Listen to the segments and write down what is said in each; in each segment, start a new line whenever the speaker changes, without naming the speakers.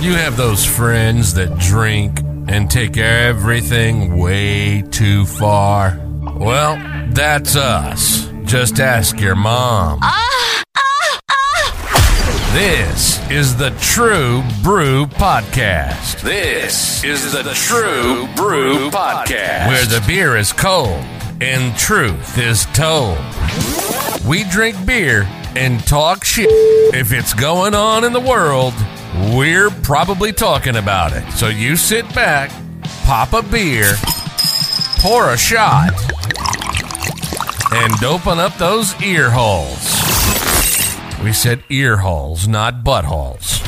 You have those friends that drink and take everything way too far. Well, that's us. Just ask your mom. This is the True Brew Podcast. This is the True Brew Podcast. Where the beer is cold and truth is told. We drink beer and talk shit. If it's going on in the world, we're probably talking about it. So you sit back, pop a beer, pour a shot, and open up those ear holes. We said ear holes, not buttholes.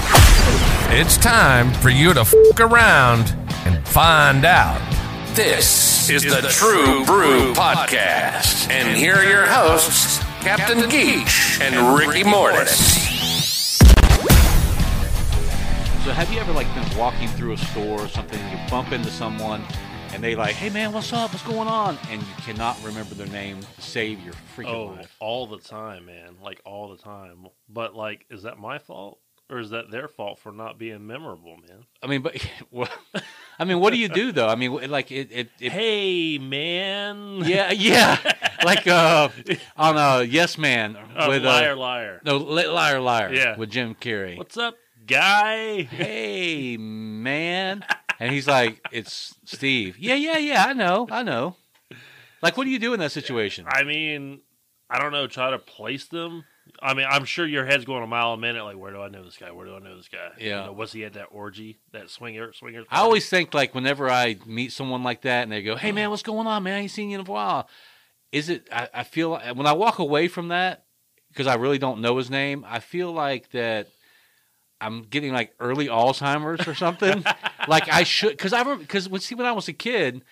It's time for you to f around and find out. This is the True Brew Podcast. And here are your hosts, Captain Geach and Ricky Mortis.
So have you ever like been walking through a store or something and you bump into someone and they like, hey man, what's up? What's going on? And you cannot remember their name to save your freaking
Oh,
life.
all the time, man. Like all the time. But like, is that my fault or is that their fault for not being memorable, man?
I mean, but well, I mean, what do you do though? I mean, w- like it, it, it
Hey, man.
yeah, yeah, like uh, on uh, Yes Man
Uh,
with
liar,
uh,
liar.
no li- liar liar
Yeah.
with Jim Carrey.
What's up, guy?
Hey man, and he's like, it's Steve. Yeah, yeah, yeah. I know, I know. Like, what do you do in that situation?
I mean, I don't know. Try to place them. I mean, I'm sure your head's going a mile a minute. Like, where do I know this guy? Where do I know this guy?
Yeah.
You know, was he at that orgy, that swinger, swinger?
I always think like whenever I meet someone like that and they go, "Hey man, what's going on, man? I ain't seen you in a while." Is it? I, I feel when I walk away from that because I really don't know his name. I feel like that I'm getting like early Alzheimer's or something. like I should because I because when see when I was a kid,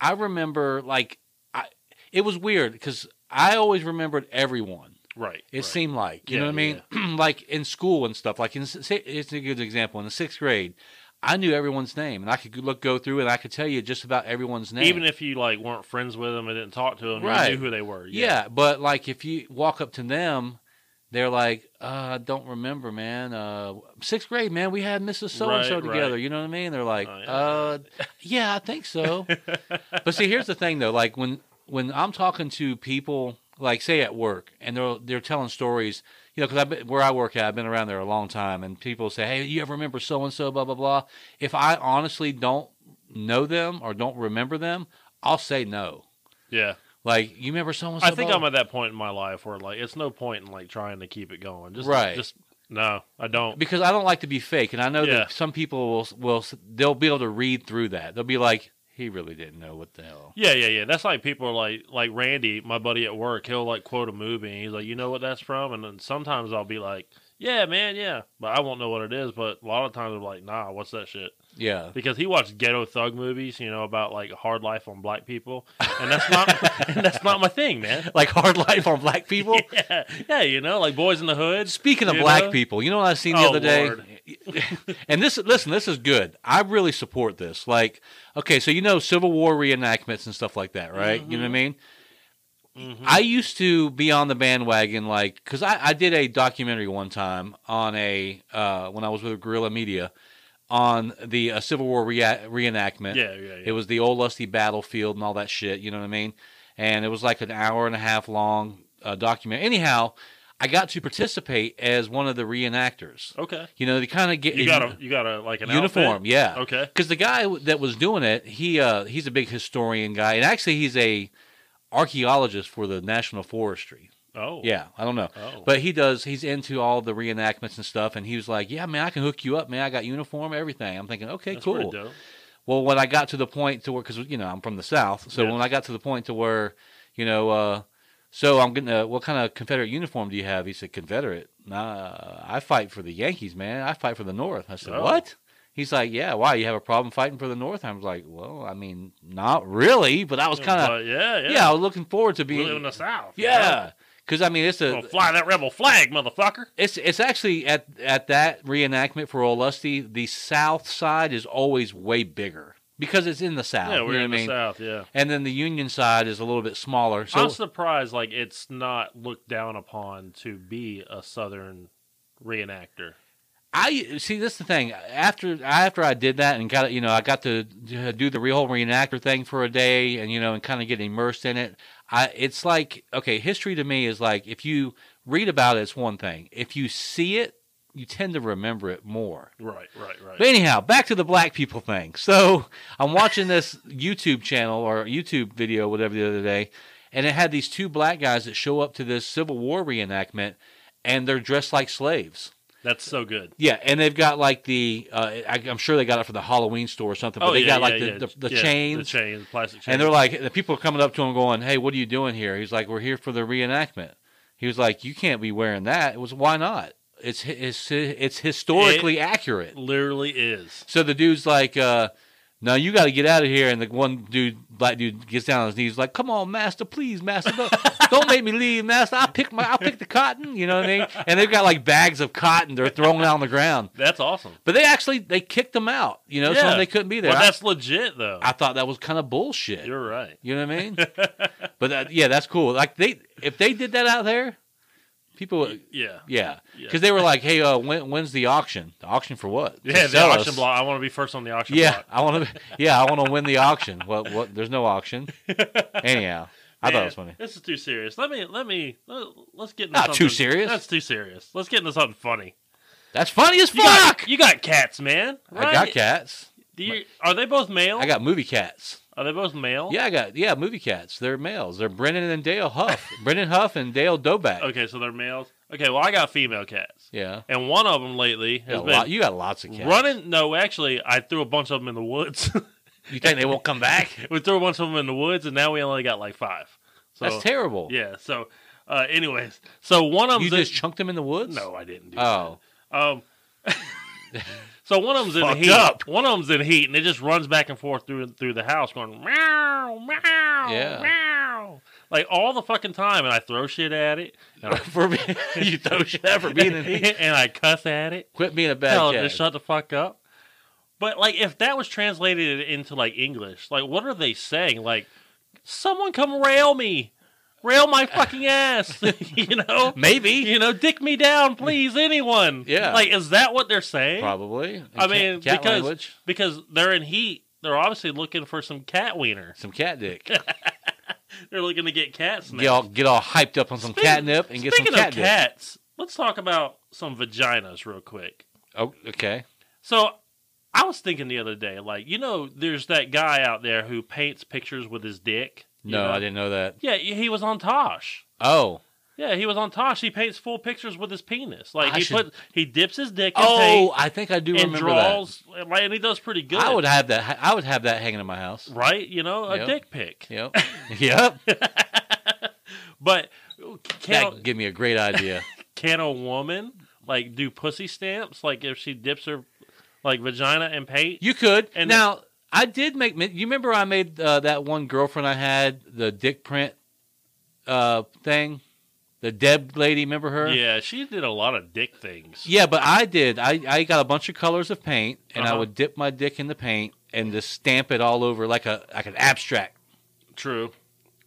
I remember like I it was weird because I always remembered everyone.
Right.
It
right.
seemed like you know
Yeah,
what I mean, like in school and stuff. Like in s- say- it's a good example in the sixth grade, I knew everyone's name and I could look go through and I could tell you just about everyone's name.
Even if you like weren't friends with them and didn't talk to them,
Right.
you knew who they were.
yeah. but like if you walk up to them, they're like, uh, "Don't remember, man. Uh, sixth grade, man, we had Mrs. So and So
Right, right.
together. You know what I mean?" They're like,
Oh, yeah.
"Uh, yeah, I think so." but see, here's the thing though. Like when when I'm talking to people, like say at work, and they're they're telling stories, you know, because where I work at, I've been around there a long time, and people say, "Hey, you ever remember so and so?" Blah blah blah. If I honestly don't know them or don't remember them, I'll say no.
Yeah.
Like you remember so and so?
I think I'm at that point in my life where like it's no point in like trying to keep it going. Just
Right.
Just no, I don't.
because I don't like to be fake, and I know
Yeah.
that some people will will they'll be able to read through that. They'll be like, "He really didn't know what the hell."
Yeah, yeah, yeah. That's like people are like like Randy, my buddy at work. He'll like quote a movie, and he's like, "You know what that's from?" And then sometimes I'll be like, "Yeah, man, yeah," but I won't know what it is. But a lot of times I'm like, "Nah, what's that shit?"
Yeah,
Because he watched ghetto thug movies, you know, about like hard life on black people, and that's not and that's not my thing, man.
like hard life on black people.
Yeah, yeah, you know, like boys in the hood.
Speaking of
You
black
know?
people, you know what I seen the
Oh,
other day?
Lord.
and this listen, this is good. I really support this. Like, okay, so you know Civil War reenactments and stuff like that, right? You know what I mean?
Mm-hmm. Mhm.
I used to be on the bandwagon, like, because I, I did a documentary one time on a uh, when I was with Guerrilla Media on the uh, Civil War rea- reenactment.
Yeah, yeah, yeah.
It was the old lusty battlefield and all that shit. You know what I mean? And it was like an hour and a half long uh, document. Anyhow, I got to participate as one of the reenactors.
okay.
You know, to kind of get
You got a you got a like an
uniform,
outfit?
yeah.
Okay.
Because the guy w- that was doing it, he uh, he's a big historian guy, and actually he's a archaeologist for the National Forestry.
Oh,
Yeah, I don't know,
Oh.
but he does. He's into all the reenactments and stuff, and he was like, "Yeah, man, I can hook you up, man. I got uniform, everything." I'm thinking, okay,
That's pretty
cool.
dope.
Well, when I got to the point to where, because you know I'm from the South, so
Yeah.
when I got to the point to where, you know, uh, so I'm gonna, what kind of Confederate uniform do you have? He said, Confederate. Nah, I fight for the Yankees, man. I fight for the North. I said,
Oh.
what? He's like, yeah. Why you have a problem fighting for the North? I was like, well, I mean, not really, but I was kind of,
But yeah, yeah.
yeah. I was looking forward to
we live in
being,
the South. you know?
yeah, because I mean, it's a,
Gonna fly that rebel flag, motherfucker.
it's it's actually at at that reenactment for Old Lusty, the South side is always way bigger because it's in the South.
yeah,
you
we're
know
in
what I
the
mean?
South. Yeah.
and then the union side is a little bit smaller. So
I'm surprised, like it's not looked down upon to be a Southern reenactor.
I see. This is the thing. After after I did that and got you know I got to do the real reenactor thing for a day and you know and kind of get immersed in it. I it's like okay, history to me is like if you read about it, it's one thing. If you see it, you tend to remember it more.
Right, right, right.
But anyhow, back to the black people thing. So I'm watching this YouTube channel or YouTube video, whatever, the other day, and it had these two black guys that show up to this Civil War reenactment, and they're dressed like slaves.
That's so good.
Yeah, and they've got like the uh, I, I'm sure they got it for the Halloween store or something, but
Oh,
they
yeah,
got like
yeah,
the,
yeah.
the, the
Yeah,
chains.
the chains, plastic chains.
And they're like, the people are coming up to him going, "Hey, what are you doing here?" He's like, "We're here for the reenactment." He was like, "You can't be wearing that." It was, "Why not?" It's hi- it's hi- it's historically accurate.
literally is.
So the dude's like, uh, "No, you got to get out of here." And the one dude, black dude, gets down on his knees, like, "Come on, master, please, master, don't, don't make me leave, master. I'll pick my I'll pick the cotton." You know what I mean? And they've got like bags of cotton they're throwing on the ground.
That's awesome.
But they actually they kicked them out. You know, so
Yeah.
they couldn't be there.
But
I,
that's legit though.
I thought that was kind of bullshit.
You're right.
You know what I mean? but that, yeah, that's cool. Like they, if they did that out there, people, would-
Yeah.
yeah,
Yeah.
because they were like, "Hey, uh, when, when's the auction? The auction for what? To
Yeah, the
sell
auction
us.
block. I want to be first on the auction
Yeah,
block.
I want to. Yeah, I want to win the auction. What? What? There's no auction. Anyhow, I thought it was
Man,
funny.
This is too serious. Let me let me let, let's get into
Not too
something-
serious.
That's too serious. Let's get into something funny.
That's funny as
You got-
fuck.
you got cats, man.
I got
Right?
cats.
Do you, are they both male?
I got movie cats.
Are they both male?
Yeah, I got yeah movie cats. They're males. They're Brennan and Dale Huff. Brennan Huff and Dale Doback.
Okay, so they're males. Okay, well I got female cats,
Yeah,
and one of them lately
you
has
got,
been
lot, you got lots of cats.
running. No, actually, I threw a bunch of them in the woods.
You think they won't come back?
we threw a bunch of them in the woods, and now we only got like five. So
That's terrible.
yeah. So, uh, anyways, so one of them
You just chunked him in the woods?
no, I didn't do
Oh.
that. Um, so one of them's in
Fucked
heat.
up.
One of them's in heat, and it just runs back and forth through through the house, going meow, meow,
Yeah.
meow, like all the fucking time. And I throw shit at it, and I,
for me, you throw shit out for being in heat.
and I cuss at it.
Quit being a bad
Tell it
cat.
to shut the fuck up. But like, if that was translated into like English, like, what are they saying? Like, someone come rail me, rail my fucking ass, you know?
Maybe.
You know, dick me down, please, anyone.
Yeah.
Like, is that what they're saying?
Probably. In
I mean,
cat, cat
because
language,
because they're in heat. They're obviously looking for some cat wiener.
some cat dick.
They're looking to get cats. Now.
Get all, get all hyped up on some
Speaking-
catnip and get some
Speaking
cat
of
dick.
cats, let's talk about some vaginas real quick.
Oh, okay.
So I was thinking the other day, like, you know, there's that guy out there who paints pictures with his dick. you
No,
know?
I didn't know that.
Yeah, he was on Tosh.
Oh.
Yeah, he was on Tosh. He paints full pictures with his penis. Like
I
he
should-
put, he dips his dick in
Oh,
paint
I think I do
and
remember
draws, like, and he does pretty
that.
good.
I would have that. I would have that hanging in my house.
right? You know, a
Yep.
dick pic.
Yep. yep.
But can
That give me a great idea.
can a woman like do pussy stamps? Like if she dips her like vagina in paint?
You could.
And-
now, I did make. You remember I made uh, that one girlfriend I had the dick print uh, thing, the Deb lady. Remember her?
Yeah, she did a lot of dick things.
Yeah, but I did. I, I got a bunch of colors of paint, and I
Uh-huh.
would dip my dick in the paint and just stamp it all over like a like an abstract.
True.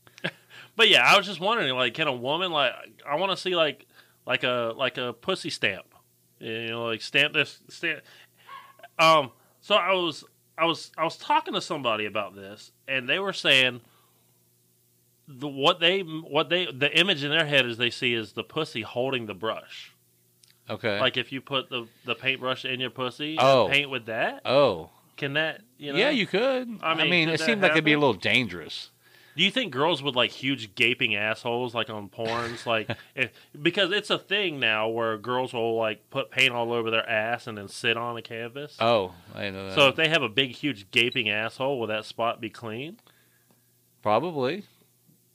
but yeah, I was just wondering, like, can a woman like I want to see like like a like a pussy stamp, you know, like stamp this stamp. Um. So I was I was I was talking to somebody about this, and they were saying the what they what they the image in their head is they see is the pussy holding the brush.
Okay.
Like if you put the the paintbrush in your pussy, and
Oh.
paint with that.
oh,
Can that you know?
yeah, you could. I
I
mean,
mean, could
it
that
seemed like it'd be a
happen?
little dangerous.
Do you think girls with like huge gaping assholes like on porns like if, because it's a thing now where girls will like put paint all over their ass and then sit on a canvas.
Oh, I didn't know that.
so if they have a big huge gaping asshole, will that spot be clean?
probably.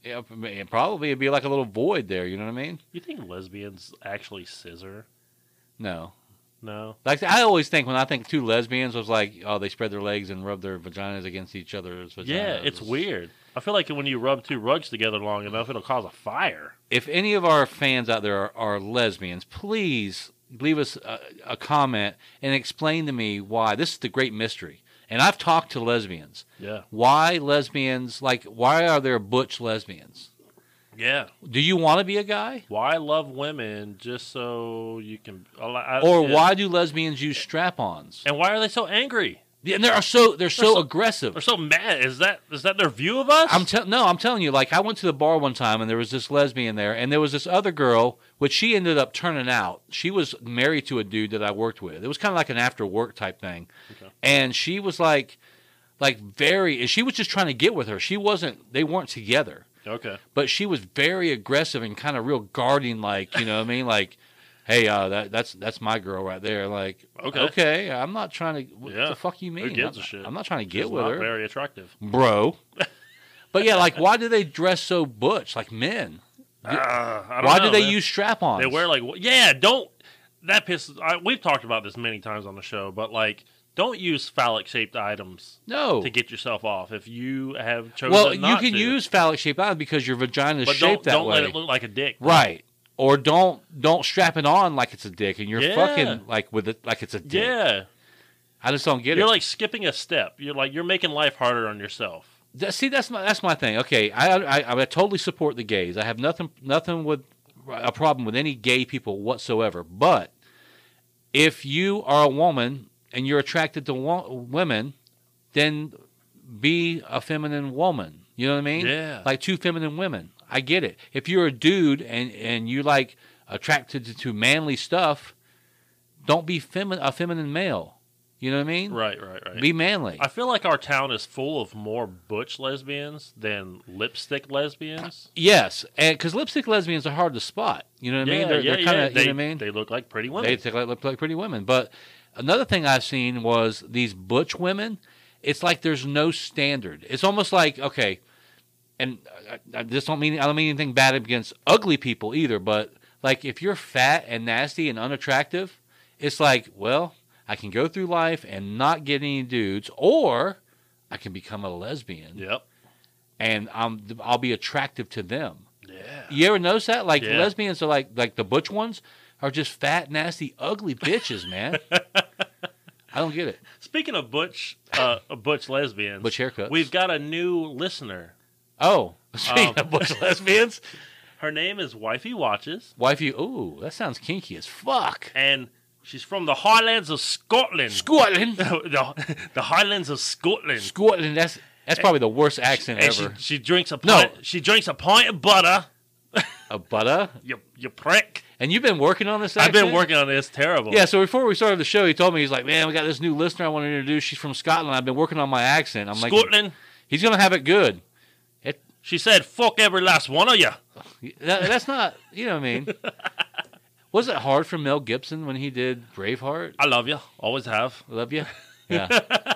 Yeah, I mean, probably it'd be like a little void there. You know what I mean?
You think lesbians actually scissor?
No.
No.
Like I always think when I think two lesbians was like, oh, they spread their legs and rub their vaginas against each other's vaginas.
Yeah, it's weird. I feel like when you rub two rugs together long enough, it'll cause a fire.
If any of our fans out there are, are lesbians, please leave us a, a comment and explain to me why this is the great mystery. And I've talked to lesbians.
Yeah.
Why lesbians like why are there butch lesbians?
Yeah.
Do you want to be a guy?
Why love women just so you can? I- I-
Or
yeah.
why do lesbians use strap-ons?
And why are they so angry?
Yeah, And they are so they're so,
so-
aggressive.
They're so mad. Is that is that their view of us?
I'm tell no, I'm telling you. Like I went to the bar one time, and there was this lesbian there, and there was this other girl, which she ended up turning out. She was married to a dude that I worked with. It was kind of like an after work type thing,
Okay.
and she was like, like very. She was just trying to get with her. She wasn't. They weren't together,
okay.
but she was very aggressive and kind of real guarding. Like you know, what I mean, like. Hey, uh, that, that's that's my girl right there. Like, okay,
Okay.
I'm not trying to. What
Yeah.
the fuck you mean?
gives
I'm,
a shit?
I'm not trying to get
It's
with
not
her
Very attractive.
bro. But yeah, like why do they dress so butch like men?
Ah, I don't
Why
know,
do they
man.
use strap-ons?
They wear like wh- yeah. Don't that pisses. I, we've talked about this many times on the show, but like, don't use phallic shaped items
no.
to get yourself off if you have chosen.
Well, you
not
can
to.
use phallic shaped items because your vagina is
but
shaped
don't,
that
don't
way,
let it look like a dick.
right? Or don't don't strap it on like it's a dick, and you're
Yeah.
fucking like with it like it's a dick.
Yeah,
I just don't get
you're
it.
like skipping a step. You're like you're making life harder on yourself.
That- see, that's my that's my thing. Okay, I, I I totally support the gays. I have nothing nothing with a problem with any gay people whatsoever. But if you are a woman and you're attracted to wo- women, then be a feminine woman. You know what I mean?
Yeah.
Like two feminine women. I get it. If you're a dude and and you like attracted to, to manly stuff, don't be femi- a feminine male. You know what I mean?
Right, right, right.
Be manly.
I feel like our town is full of more butch lesbians than lipstick lesbians.
Yes, and because lipstick lesbians are hard to spot. You know what I mean? They're, they're kind of
They,
you know what I mean.
they look like pretty
They
women.
look like, look like pretty women. But another thing I've seen was these butch women. It's like there's no standard. It's almost like okay, and uh, I, I just don't mean I don't mean anything bad against ugly people either. But like if you're fat and nasty and unattractive, it's like well I can go through life and not get any dudes, or I can become a lesbian
yep.
and I'm I'll be attractive to them.
Yeah.
You ever notice that? Like
Yeah.
lesbians are like like the butch ones are just fat, nasty, ugly bitches, man. I don't get it.
Speaking of butch, uh, butch lesbians,
Butch haircuts.
we've got a new listener.
oh, speaking
Um,
of butch lesbians,
Her name is Wifey Watches,
wifey. Ooh, that sounds kinky as fuck.
and she's from the Highlands of Scotland.
Scotland,
the, the Highlands of Scotland.
Scotland. That's that's probably the worst accent
and she,
ever.
she drinks a
No.
pint. She drinks a pint of butter.
A butter.
You, you prick.
And you've been working on this.
I've been
accent?
working on this. Terrible.
Yeah, so before we started the show, he told me he's like, "Man, we got this new listener I want to introduce. She's from Scotland. I've been working on my accent. I'm like,
Scotland.
he's gonna have it good.
She said, "Fuck every last one of you."
That, that's not, you know what I mean? Was it hard for Mel Gibson when he did Braveheart?
I love you. Always have.
Love you. Yeah.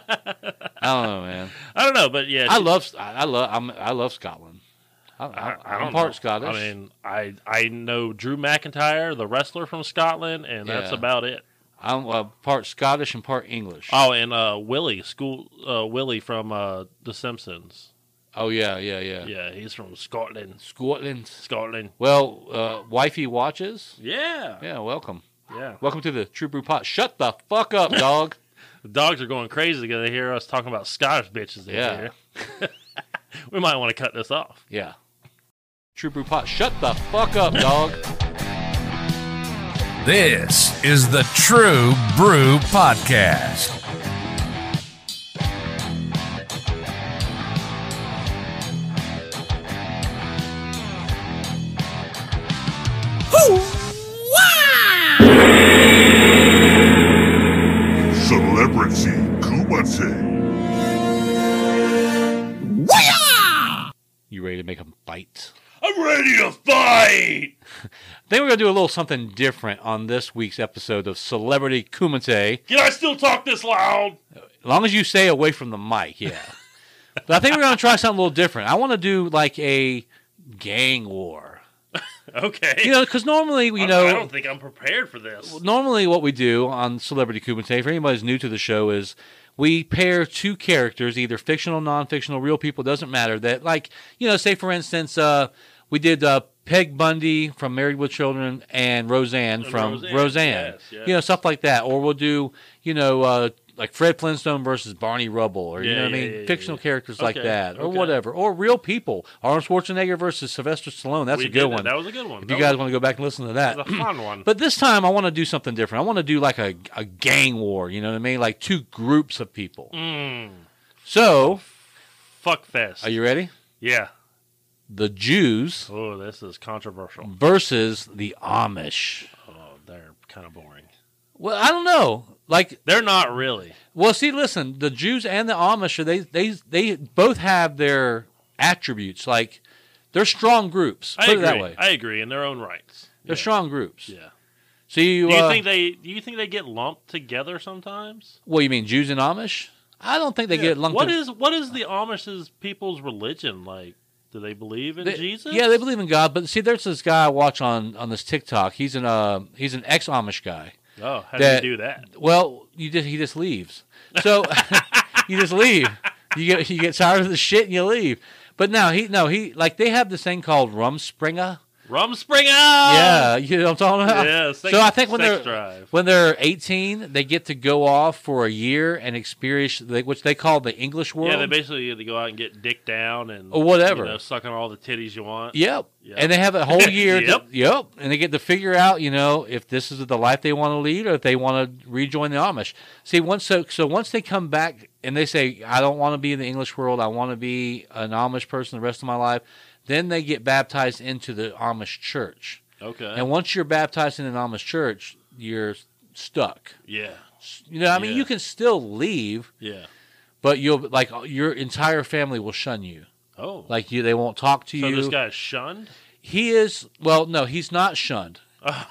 I don't know, man.
I don't know, but yeah,
I
she-
love, I I love, I'm, I love Scotland. I, I,
I, I
am
don't
part
know.
Scottish.
I mean, I I know Drew McIntyre, the wrestler from Scotland, and that's
Yeah.
about it.
I'm uh, part Scottish and part English.
Oh, and uh, Willie, school uh, Willie from uh, The Simpsons.
oh yeah, yeah, yeah.
Yeah, he's from Scotland.
Scotland.
Scotland.
Well, uh, wifey watches.
Yeah,
Yeah, welcome.
yeah.
Welcome to the True Brew Pot. Shut the fuck up, dog.
The dogs are going crazy because they hear us talking about Scottish bitches. in
Yeah.
Here. we might want to cut this off.
yeah. True Brew Pot. Shut the fuck up, dog.
This is the True Brew Podcast.
Celebrity Kumate.
You ready to make a bite?
I'm ready to fight.
Then we're gonna do a little something different on this week's episode of Celebrity Kumite.
Can I still talk this loud?
As long as you stay away from the mic, yeah. but I think we're gonna try something a little different. I want to do like a gang war,
Okay.
you know, because normally you
I- I
know
don't think I'm prepared for this.
normally what we do on Celebrity Kumite for anybody who's new to the show is we pair two characters, either fictional, non-fictional, real people, doesn't matter. That like you know, say for instance, uh, we did uh, Peg Bundy from Married with Children and Roseanne
And
from Roseanne,
Roseanne, yes, yes.
you know, stuff like that. Or we'll do you know uh, like Fred Flintstone versus Barney Rubble, or you
Yeah,
know what
yeah,
I mean,
yeah, yeah,
fictional
yeah.
characters like
Okay,
that, or
okay.
whatever, or real people. Arnold Schwarzenegger versus Sylvester Stallone. That's
We
a
did
good
that.
one.
That was a good one.
if
That
you guys want to go back and listen to that,
was a fun one.
But this time, I want to do something different. I want to do like a, a gang war. You know what I mean? Like two groups of people.
mm,
So,
fuck fest.
are you ready?
yeah.
The Jews
Oh, this is controversial.
versus the Amish.
Oh, they're kind of boring.
Well, I don't know. Like,
They're not really.
well, see, listen, the Jews and the Amish, they they they both have their attributes. Like, they're strong groups. Put
I agree.
it that way.
I agree in their own rights.
They're
yeah.
strong groups.
Yeah.
So you,
Do you
uh,
think they? Do you think they get lumped together sometimes?
well, you mean Jews and Amish? I don't think they get lumped.
What
in-
is what is the Amish's people's religion like? Do they believe in
They-
Jesus?
Yeah, they believe in God, but see, there's this guy I watch on on this TikTok. He's an uh, he's an ex Amish guy.
Oh, how
that-
do you do that?
Well, you just he just leaves. So you just leave. You get you get tired of the shit and you leave. But now he no he like they have this thing called Rumspringa.
Rum spring
Yeah, you know what I'm talking about.
Oh. Yeah, sex-
so I think when they're
sex drive.
when they're 18, they get to go off for a year and experience the, which they call the English world.
Yeah, they basically they go out and get dick down and
Or whatever.
you know, suck on all the titties you want.
Yep.
Yep.
And they have a whole year. to-
Yep.
yep. And they get to figure out, you know, if this is the life they want to lead or if they want to rejoin the Amish. See, once so so once they come back and they say, I don't want to be in the English world, I want to be an Amish person the rest of my life, then they get baptized into the Amish church.
Okay.
And once you're baptized in an Amish church, you're stuck.
yeah.
You know, I mean,
Yeah.
you can still leave,
Yeah.
but you'll like your entire family will shun you.
Oh.
Like you, they won't talk to
so
you.
this guy is shunned
He is well, no, he's not shunned.
Oh.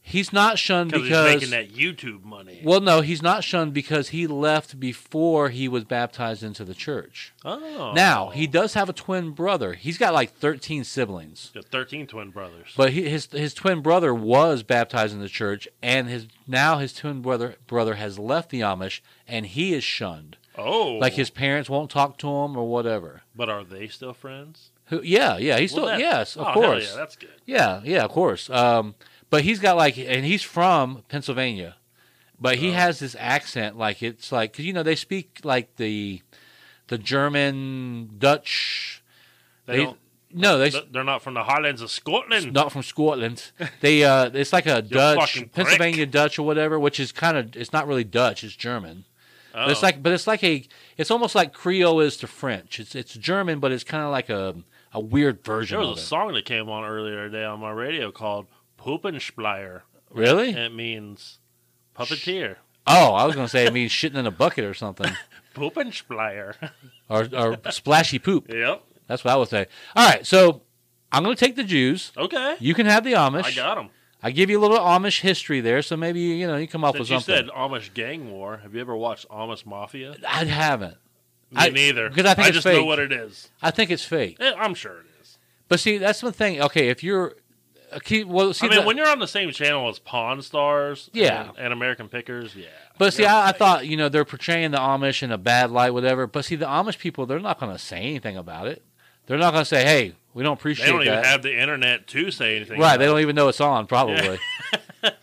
he's not shunned
because he's
because
making that YouTube money.
well, no, he's not shunned because he left before he was baptized into the church.
oh.
Now he does have a twin brother. He's got like thirteen siblings,
He's got thirteen twin brothers.
but he, his his twin brother was baptized in the church, and his now his twin brother brother has left the Amish, and he is shunned.
oh.
Like his parents won't talk to him or whatever.
But are they still friends?
Who? Yeah, yeah, he's
Well,
still
that-
yes, of
oh, hell
course.
yeah, that's good.
Yeah, yeah, of course. Um, but he's got like, and he's from Pennsylvania, but he
Oh.
has this accent like it's like because you know they speak like the the German Dutch.
They,
They-
don't.
No, they
th- They're not from the Highlands of
it's
Scotland.
not from Scotland. They uh, it's like a
fucking
Dutch
prick.
Pennsylvania Dutch or whatever, which is kind of it's not really Dutch, it's German.
Oh.
But it's like, but it's like a, it's almost like Creole is to French. It's it's German, but it's kind of like a a weird version
there
of
was a
it.
song that came on earlier today on my radio called "Poopenspleier."
Really?
and It means puppeteer.
Oh, I was gonna say it means shitting in a bucket or something.
Poopenspleier.
or, or splashy poop.
yep.
That's what I would say. All right, so I'm going to take the Jews.
Okay.
You can have the Amish.
I got him.
I give you a little Amish history there, so maybe you know you come up
Since
with
you
something.
said Amish gang war, have you ever watched Amish Mafia?
I haven't.
Me
I-
neither.
'cause I think it's
just
fake.
know what it is.
I think it's fake.
Eh, I'm sure it is.
But see, that's the thing. Okay, if you're uh, keep well, see,
I mean,
the-
when you're on the same channel as Pawn Stars,
Yeah.
and, and American Pickers, yeah.
but see,
you're
I, I
fake.
thought you know they're portraying the Amish in a bad light, whatever. But see, the Amish people, they're not going to say anything about it. They're not going to say, "Hey, we don't appreciate
they don't
that."
even have the internet to say anything.
Right,
about
they
it.
don't even know it's on, probably.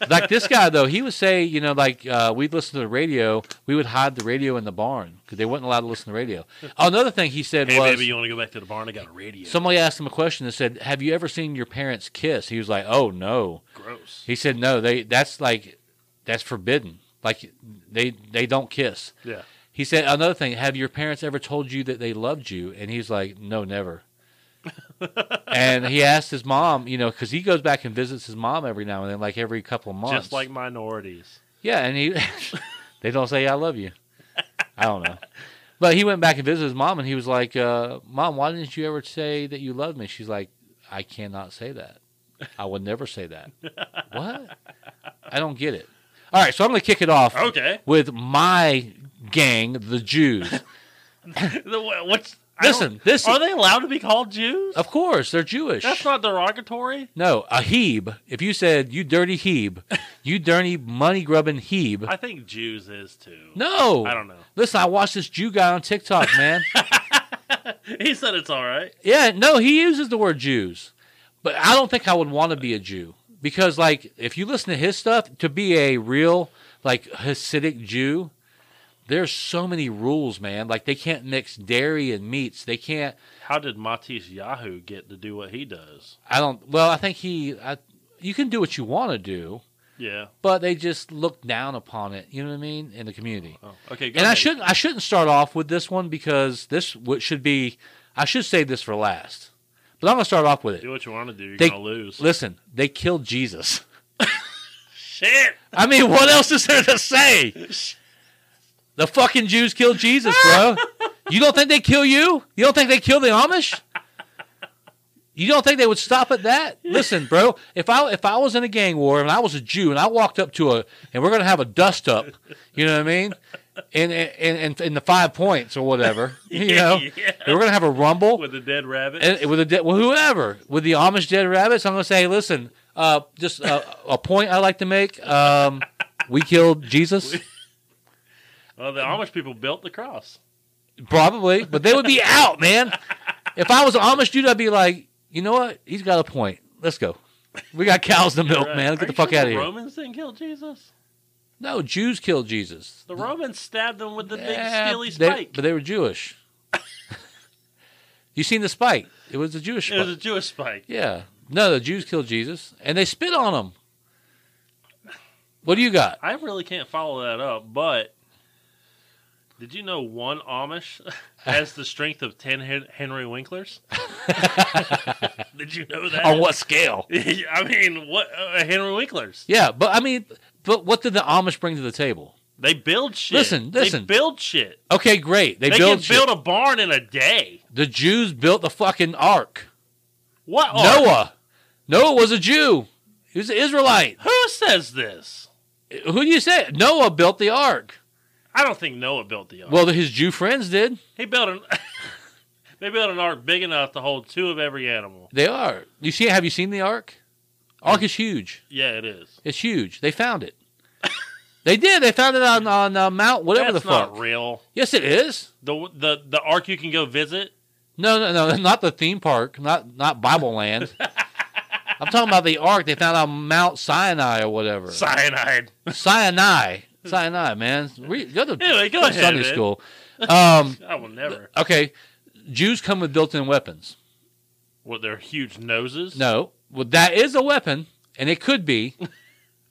like this guy though, he would say, you know, like uh, we'd listen to the radio, we would hide the radio in the barn because they weren't allowed to listen to the radio. Another thing he said
Hey,
was
baby, you want to go back to the barn? I got a radio.
somebody asked him a question and said, "Have you ever seen your parents kiss?" He was like, "Oh no."
Gross.
He said, "No, they that's like that's forbidden. Like they they don't kiss."
Yeah.
He said another thing, have your parents ever told you that they loved you? And he's like, no, never. and he asked his mom, you know, because he goes back and visits his mom every now and then, like every couple of months.
Just like minorities.
yeah, and he, they don't say I love you. I don't know, but he went back and visited his mom, and he was like, uh, "Mom, why didn't you ever say that you loved me?" She's like, "I cannot say that. I would never say that. what? I don't get it." All right, so I'm going to kick it off
Okay.
with my gang, the Jews.
The- wha- What's I don't-
Listen, this
Are they allowed to be called Jews?
of course they're Jewish.
That's not derogatory.
no, a Hebe. If you said you dirty Hebe, you dirty money grubbing Hebe.
I think Jews is too.
no,
I don't know.
Listen, I watched this Jew guy on TikTok, man.
He said it's all right.
yeah, no, he uses the word Jews, but I don't think I would want to be a Jew because, like, if you listen to his stuff, to be a real like Hasidic Jew, There's so many rules, man. Like they can't mix dairy and meats. They can't.
How did Matisse Yahoo get to do what he does?
I don't. Well, I think he. I, you can do what you want to do,
Yeah.
but they just look down upon it. You know what I mean in the community.
Oh, okay. Go
and I
ahead.
shouldn't. I shouldn't start off with this one because this w- should be. I should save this for last. But I'm gonna start off with
do
it.
what you want to do. You're
They-
gonna lose.
Listen, they killed Jesus.
Shit.
I mean, what else is there to say? The fucking Jews killed Jesus, bro. You don't think they kill you? You don't think they kill the Amish? You don't think they would stop at that? Listen, bro. If I if I was in a gang war and I was a Jew and I walked up to a and we're gonna have a dust up, you know what I mean? In in in, in the five points or whatever, you know,
Yeah.
And we're gonna have a rumble
With the dead rabbit.
and with a de- well, whoever with the Amish dead rabbits, I'm gonna say, listen, uh, just uh, a point I like to make. Um, we killed Jesus,
well, the Amish people built the cross.
probably, but they would be out, man. If I was an Amish dude, I'd be like, you know what? He's got a point. Let's go. We got cows to milk,
Right.
man. Let's
Are
Get the
you
fuck
sure
out
the
of here.
Romans didn't kill Jesus.
No, Jews killed Jesus.
The Romans stabbed him with the
Yeah,
big steely
they-
spike.
but they were Jewish. you seen the spike? It was a Jewish.
it was
spike.
a Jewish spike.
Yeah. No, the Jews killed Jesus and they spit on him. What do you got?
I really can't follow that up, but did you know one Amish has the strength of ten Hen- Henry Winklers? did you know that?
On what scale?
I mean, what uh, Henry Winklers?
Yeah, but I mean, but what did the Amish bring to the table?
They build shit.
Listen, listen.
They build shit.
Okay, great. They,
They,
built
can
shit.
build a barn in a day.
the Jews built the fucking ark.
What? are-
Noah. Noah was a Jew. He was an Israelite.
Who says this?
Who do you say? Noah built the ark.
I don't think Noah built the ark.
Well, his Jew friends did.
he built an. they built an ark big enough to hold two of every animal.
They are. You see? Have you seen the ark? Ark is huge.
Yeah, it is.
It's huge. They found it. they did. They found it on on uh, Mount whatever
That's
the fuck.
not real.
Yes, it is.
The the the ark you can go visit.
No, no, no, not the theme park, not not Bible Land. I'm talking about the Ark they found on Mount Sinai or whatever.
Cyanide.
Sinai, Sinai, man. Re- go to
Anyway, go
go to
ahead,
Sunday
man.
school. Um,
I will never.
okay, Jews come with built-in weapons.
What their huge noses?
No, well that is a weapon, and it could be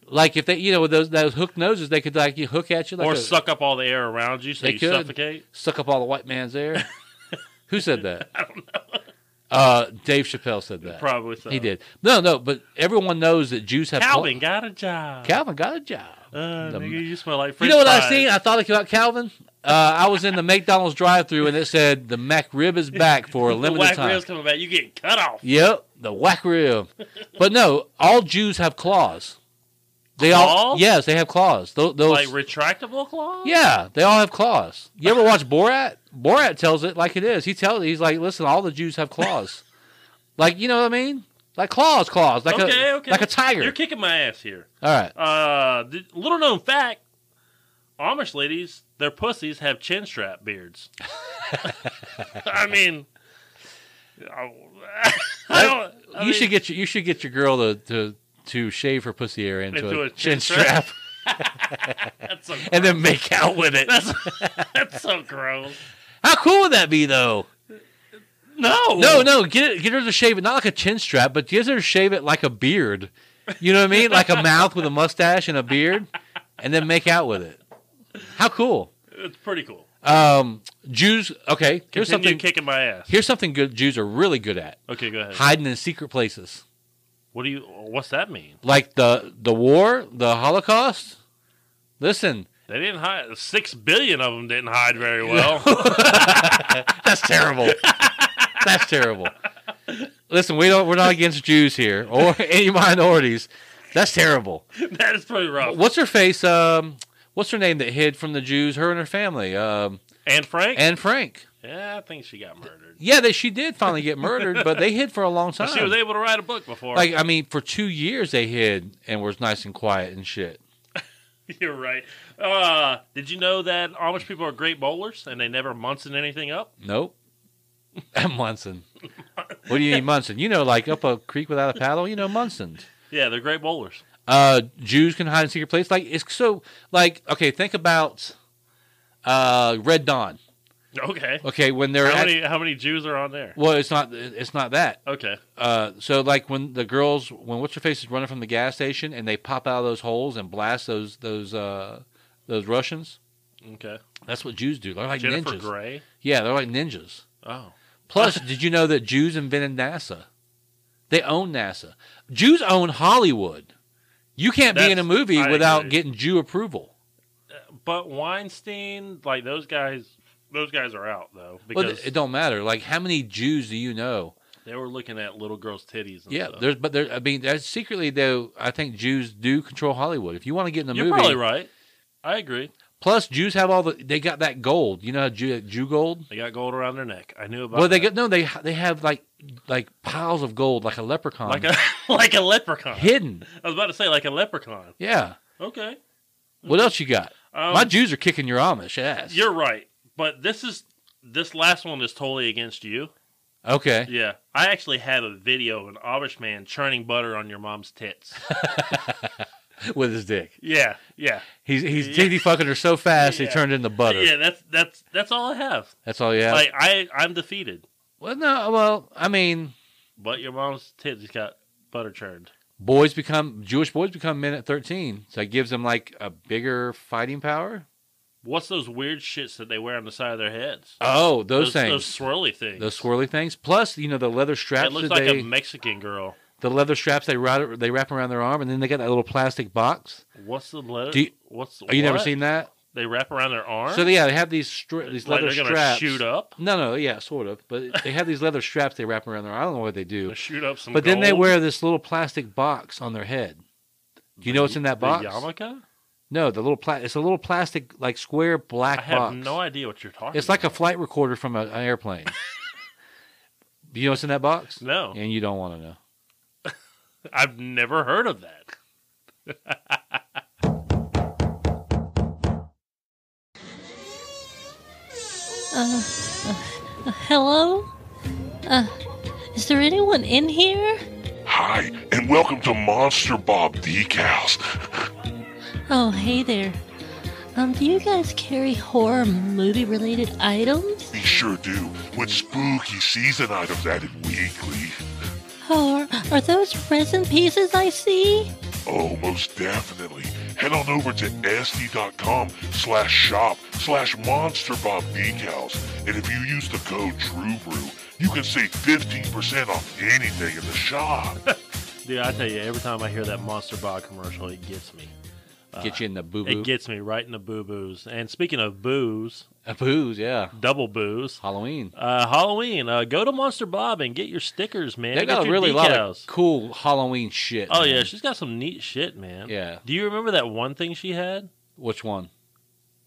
like if they, you know, with those those hooked noses, they could like you hook at you, like
or
a-
suck up all the air around you so
They
you
could.
suffocate.
suck up all the white man's air. Who said that? I don't know. Uh, Dave Chappelle said that.
Probably so.
He did. No, no, but everyone knows that Jews have pl-
Calvin got a job.
Calvin got a job.
uh,
the-
nigga, you smell like
you
French
know what I
fries.
seen? I thought about Calvin. Uh, I was in the McDonald's drive-through and it said the Mac Rib is back for a
The
limited
whack
time.
ribs coming back. You getting cut off?
Yep, the whack rib. But no, all Jews have claws. They all
Claws?
yes, they have claws. Those, those
Like retractable claws?
yeah, they all have claws. You ever watch Borat? Borat tells it like it is. He tells he's like, listen, all the Jews have claws. like you know what I mean? Like claws, claws, like
okay,
a
okay.
like a tiger.
You're kicking my ass here.
all right.
Uh, th- little known fact: Amish ladies, their pussies have chin strap beards. I mean, I, I don't. I
you
mean,
should get your you should get your girl to to, to shave her pussy area into,
Into
a,
a
chin
chin
strap
strap. That's so,
and then make out with it.
that's, that's so gross.
How cool would that be though?
No,
No, no, get it, get her to shave it not like a chin strap, but get her to shave it like a beard. You know what I mean? Like a mouth with a mustache and a beard, and then make out with it. How cool.
It's pretty cool.
Um, Jews. Okay, here's
Here's
something.
something kicking my ass.
Here's something good. Jews are really good at
Okay, go ahead.
hiding in secret places,
What do you? What's that mean?
like the the war, the Holocaust. Listen,
They didn't hide. Six billion of them didn't hide very well.
That's terrible. That's terrible. Listen, we don't. We're not against Jews here or any minorities. That's terrible.
that is pretty rough.
What's her face? Um, what's her name that hid from the Jews? Her and her family. Um,
And Frank?
Anne Frank.
yeah, I think she got murdered.
Yeah, that she did finally get murdered, but they hid for a long time.
She was able to write a book before.
like I mean, for two years they hid and was nice and quiet and shit.
You're right. Uh, did you know that Amish people are great bowlers and they never munson anything up?
Nope. Munson. What do you mean Munson? You know, like up a creek without a paddle. You know Munson.
Yeah, they're great bowlers.
uh Jews can hide in secret places. Like it's so like okay, think about Uh, Red Dawn.
Okay.
Okay, when they're
how
at-
many how many Jews are on there?
well, it's not it's not that.
Okay.
Uh, so like when the girls when what's your face is running from the gas station and they pop out of those holes and blast those those uh those Russians.
Okay.
That's what Jews do. They're like
Jennifer
ninjas.
Grey.
Yeah, they're like ninjas.
Oh.
Plus, did you know that Jews invented NASA? They own NASA. Jews own Hollywood. You can't be in a
That's-
movie
I
without
agree.
getting Jew approval.
But Weinstein, like those guys, those guys are out though
Well,
because
th- it don't matter. Like, how many Jews do you know?
they were looking at little girls' titties. And
Yeah,
stuff.
there's, but there. I mean, there's secretly though, I think Jews do control Hollywood. If you want to get in the
you're
movie,
probably right. I agree.
plus Jews have all the. They got that gold. You know how Jew, Jew gold.
They got gold around their neck. I knew about.
Well, they got
that.
no. They they have like like piles of gold, like a leprechaun,
like a like a leprechaun.
hidden.
I was about to say like a leprechaun.
Yeah.
Okay.
What else you got?
Um,
My Jews are kicking your Amish ass.
You're right, but this is this last one is totally against you.
okay.
Yeah, I actually have a video of an Amish man churning butter on your mom's tits.
with his dick.
yeah, yeah,
He's he's
Yeah.
titty fucking her so fast he
Yeah.
turned into butter.
yeah. That's that's that's all I have.
That's all you have.
Like I I'm defeated,
well, no, well, I mean,
but your mom's tits got butter churned.
boys become Jewish boys become men at thirteen, so it gives them like a bigger fighting power.
What's those weird shits that they wear on the side of their heads?
Oh, those,
Those
things,
swirly things.
those, swirly things. Plus, you know, the leather straps.
It looks
that
like
they,
a Mexican girl.
the leather straps they wrap they wrap around their arm, and then they got that little plastic box.
What's the letter?
Do you-
what's
Oh, you never
what?
seen that?
They wrap around their arm.
So yeah, they have these stri- these
like
leather
they're gonna
straps.
shoot up.
No, no, yeah, sort of, but they have these leather straps they wrap around their. arm. I don't know what they do.
They shoot up some.
But then they
gold.
wear this little plastic box on their head. Do you know what's in that
The
box?
yarmulke?
No, the little pla- it's a little plastic like square black
I have
box.
no idea what you're talking.
it's like a
about.
flight recorder from a, an airplane. Do you know what's in that box?
no.
And you don't want to know.
I've never heard of that.
Hello? Uh, is there anyone in here?
Hi, and welcome to Monster Bob Decals.
Oh, hey there. Um, do you guys carry horror movie related items?
We sure do, with spooky season items added weekly.
Or are those resin pieces I see?
Oh, most definitely. Head on over to sd.com slash shop slash monster bob decals. And if you use the code DREWBREW, you can save 15% off anything in the shop.
Dude, I tell you, every time I hear that Monster Bob commercial, it gets me.
Get you in the boo boo.
Uh, It gets me right in the boo boos. And speaking of boos,
a booze, yeah.
double boos,
Halloween.
uh, Halloween, uh, go to Monster Bob and get your stickers, man.
they
Get
got a
your
really lot of
decals.
cool Halloween shit.
Oh
man.
yeah, she's got some neat shit, man.
Yeah.
Do you remember that one thing she had?
Which one?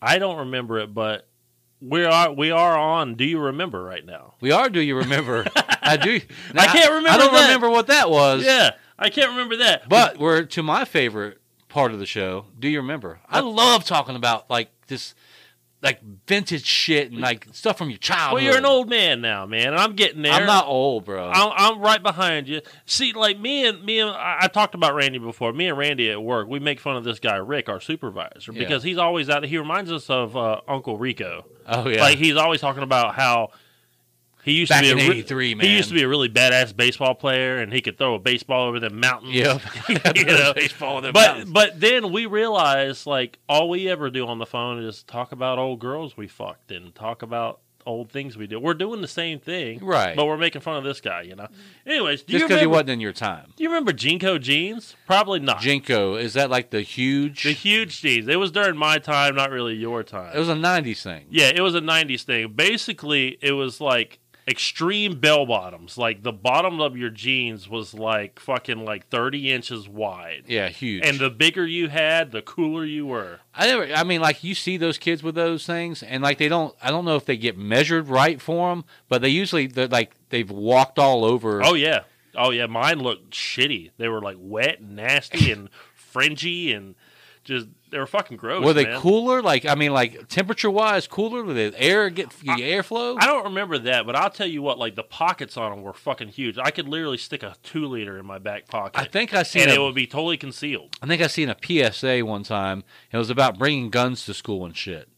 I don't remember it, but we are we are on. Do you remember right now?
We are. Do you remember? I do. Now,
I can't
I
remember
don't
that.
remember what that was.
Yeah, I can't remember that.
But we're to my favorite part of the show. Do you remember? I
Uh,
love talking about like this, like vintage shit and like stuff from your childhood.
well, you're an old man now, man, and I'm getting there.
I'm not old, bro.
I'm, I'm right behind you. See, like me and me and I, I talked about Randy before. Me and Randy at work, we make fun of this guy Rick, our supervisor,
Yeah.
because he's always out. He reminds us of uh, Uncle Rico.
oh yeah,
Like he's always talking about how he used
back
to
in
be a re-
'83, man.
he used to be a really badass baseball player, and he could throw a baseball over the mountains.
Yep.
you know,
baseball in the
But but then we realize like all we ever do on the phone is talk about old girls we fucked and talk about old things we do. We're doing the same thing,
Right.
But we're making fun of this guy, you know. Anyways,
just
do you
because he
remember?
wasn't in your time.
Do you remember Jinko jeans? Probably not.
Jinko is that like the huge?
the huge jeans. It was during my time, not really your
it
time.
was a '90s thing.
Yeah, it was a '90s thing. Basically, it was like extreme bell bottoms. Like the bottom of your jeans was like fucking like 30 inches wide.
Yeah, huge.
And the bigger you had, the cooler you were.
I never. I mean, like you see those kids with those things, and like they don't. I don't know if they get measured right for them, but they usually they're like they've walked all over.
Oh yeah, oh yeah. Mine looked shitty. They were like wet, and nasty, and fringy, and just they were fucking gross.
Were they
oh, man.
cooler? Like I mean, like temperature wise, cooler? Did the air get the airflow?
I don't remember that, but I'll tell you what. Like the pockets on them were fucking huge. I could literally stick a two liter in my back pocket.
I think I seen.
and
A,
it would be totally concealed.
I think I seen a PSA one time. It was about bringing guns to school and shit.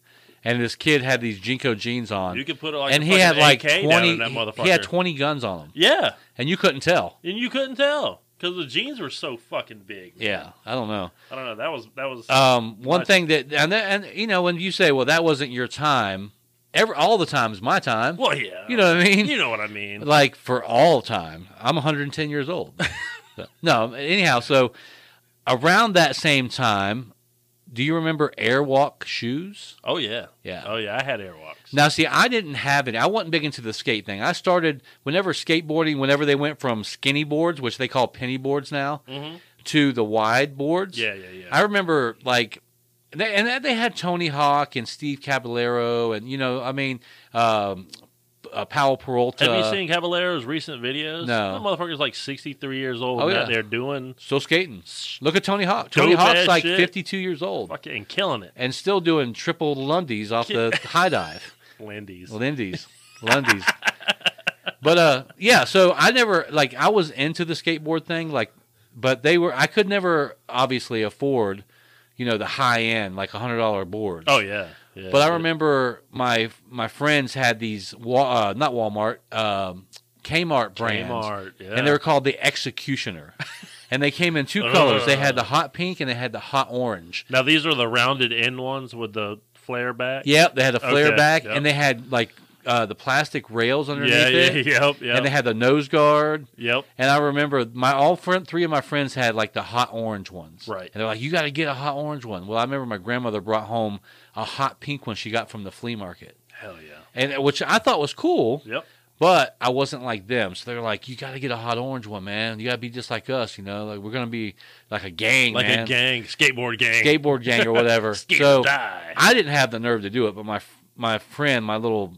and this kid had these Jinko jeans on.
You could put like
and
a
he had
fucking
like
AK down
twenty.
in that motherfucker.
He had twenty guns on him,
Yeah,
and you couldn't tell.
and you couldn't tell because the jeans were so fucking big.
Yeah, I don't know.
I don't know. That was that was.
Um, one
Nice.
thing that and that, and you know when you say, well, that wasn't your time. Every all the time is my time.
well, yeah.
You know what I mean?
You know what I mean.
like for all time. I'm 110 years old. So- no, anyhow, so around that same time, do you remember Airwalk shoes?
Oh yeah.
Yeah.
Oh yeah. I had airwalks.
Now, see, I didn't have it. I wasn't big into the skate thing. I started whenever skateboarding, whenever they went from skinny boards, which they call penny boards now,
Mhm.
to the wide boards.
Yeah, yeah, yeah.
I remember like, they, and they had Tony Hawk and Steve Caballero, and you know, I mean, um, uh, Powell Peralta.
Have you seen Caballero's recent videos?
No.
That motherfucker's like 63 years old
Oh,
and
yeah.
out there doing
Still skating.
s-
Look at Tony Hawk.
Dope
Tony Hawk's
ass
like
shit.
52 years old
fucking killing it.
and still doing triple Lundies off the high dive.
Lindy's.
Lundies. Lundies. But uh yeah, so I never like I was into the skateboard thing like but they were I could never obviously afford you know the high end like $100 boards.
Oh yeah. yeah.
But I remember my my friends had these Wa- uh, not Walmart, um, Kmart brands,
Kmart, yeah. Oh.
and they were called the Executioner, and they came in two colors. They had the hot pink and they had the hot orange.
Now these are the rounded end ones with the flare back.
Yep, they had a flare
Okay,
back,
yep.
and they had like uh, the plastic rails underneath
Yeah, yeah,
it,
yep, yep.
and they had the nose guard.
yep.
And I remember my all friend, three of my friends had like the hot orange ones.
Right.
And they're like, you got to get a hot orange one. Well, I remember my grandmother brought home a hot pink one she got from the flea market.
Hell yeah.
and uh, which I thought was cool,
Yep.
but I wasn't like them. So they're like, "You got to get a hot orange one, man. You got to be just like us, you know. Like we're gonna be like a gang,
Like
man.
a gang, skateboard gang.
skateboard gang or whatever."
Skate
so
or die.
I didn't have the nerve to do it, but my my friend, my little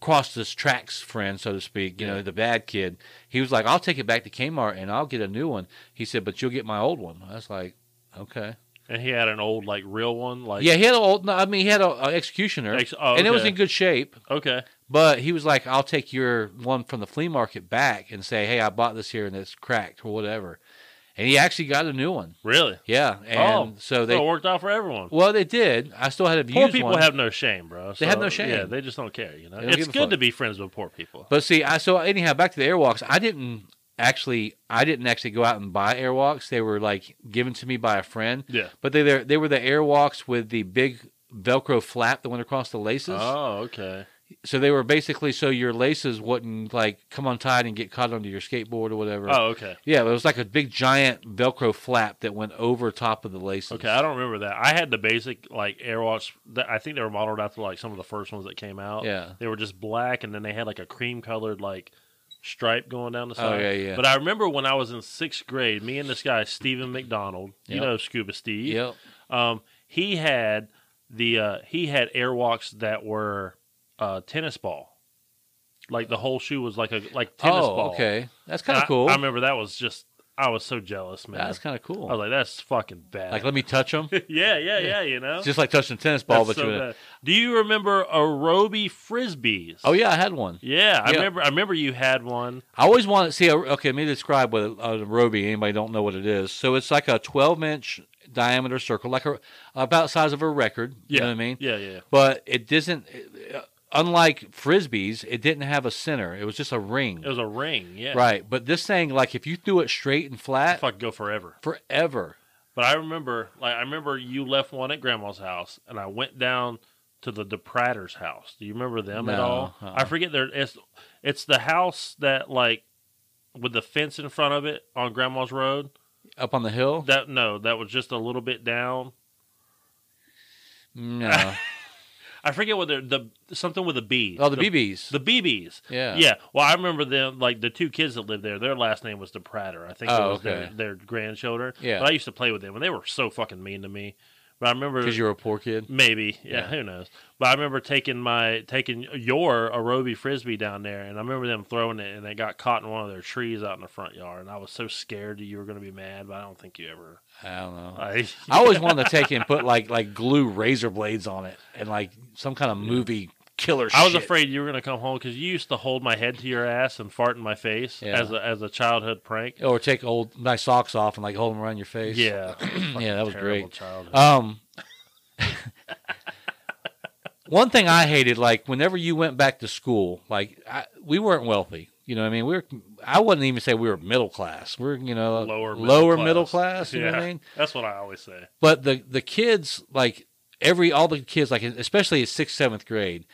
cross this tracks friend, so to speak, you know, the bad kid, he was like, "I'll take it back to Kmart and I'll get a new one." He said, "But you'll get my old one." I was like, "Okay."
and he had an old like real one like
Yeah, he had an old. no, I mean, he had a, a executioner,
Ex- oh,
and it was
okay.
in good shape.
Okay.
But he was like, I'll take your one from the flea market back and say, hey, I bought this here and it's cracked or whatever. And he actually got a new one.
Really?
Yeah. And
oh,
so they,
it worked out for everyone.
well, they did. I still had a
poor
used
people
one.
have no shame, bro.
They have
So,
no shame.
Yeah, they just don't care. You know,
They don't
it's
give a
good
fuck.
to be friends with poor people.
but see, I, so anyhow, back to the airwalks. I didn't actually, I didn't actually go out and buy airwalks. They were like given to me by a friend.
Yeah.
But they, they were the airwalks with the big Velcro flap that went across the laces.
Oh, okay.
So they were basically so your laces wouldn't like come untied and get caught under your skateboard or whatever.
Oh, okay.
Yeah, it was like a big giant Velcro flap that went over top of the laces.
Okay, I don't remember that. I had the basic like Airwatch. That I think they were modeled after like some of the first ones that came out.
Yeah.
they were just black, and then they had like a cream colored like stripe going down the side.
Oh, yeah, yeah.
But I remember when I was in sixth grade, me and this guy Stephen McDonald, you
Yep.
know Scuba Steve.
Yep.
Um, he had the uh, he had Airwalks that were uh, tennis ball, like the whole shoe was like a like tennis
oh,
ball.
okay. That's
And
kind
I-
of cool.
I, remember that was just I was so jealous, man.
That's kind of
I
cool.
was
Like,
like, that's fucking bad.
let me touch them.
yeah, yeah, yeah. You know,
just like touching a tennis
That's
ball, but
so
you.
bad. Do you remember Aerobie frisbees?
Oh yeah, I had one.
Yeah, I
Yeah.
remember. I remember you had one.
I always wanted to see. A, okay, let me describe what a, a Roby. Anybody don't know what it is? So it's like a 12 inch diameter circle, like a about the size of a record. You know what I mean?
Yeah, yeah.
But it doesn't. uh, Unlike frisbees, it didn't have a center. It was just a ring.
It was a ring. Yeah,
Right, but this thing, like if you threw it straight and flat,
Fuck, go forever.
forever.
But I remember, like, I remember you left one at grandma's house, and I went down to the DePratter's house. Do you remember them at
No,
all?
uh-uh.
I forget their. It's it's the house that like with the fence in front of it on grandma's road.
Up on the hill?
That no, that was just a little bit down.
No.
I forget what they're the something with a B.
Oh, the, BBs.
The BBs.
Yeah.
Yeah. Well, I remember them, like the two kids that lived there, their last name was DePratter. I think it
Oh,
was
okay.
their, their grandchildren.
Yeah.
But I used to play with them, and they were so fucking mean to me. But I remember.
Because you were a poor kid.
Maybe, yeah,
Yeah.
Who knows? But I remember taking my taking your Arobi frisbee down there, and I remember them throwing it, and it got caught in one of their trees out in the front yard, and I was so scared that you were going to be mad, but I don't think you ever.
I don't know.
I,
I always wanted to take it and put like like glue razor blades on it and like some kind of movie killer shit.
I was afraid you were going to come home because you used to hold my head to your ass and fart in my face
Yeah.
as a, as a childhood prank.
Or take old nice socks off and like hold them around your face.
Yeah,
Yeah, that was Uh, Um,
Terrible
great.
Childhood.
Um, one thing I hated, like whenever you went back to school, like I, we weren't wealthy. You know, what I mean, we were. I wouldn't even say we were middle class. We're you know
Lower middle
lower
class.
middle class. You know what I
Yeah.
mean?
That's what I always say.
But the the kids, like every all the kids, like especially in sixth seventh grade,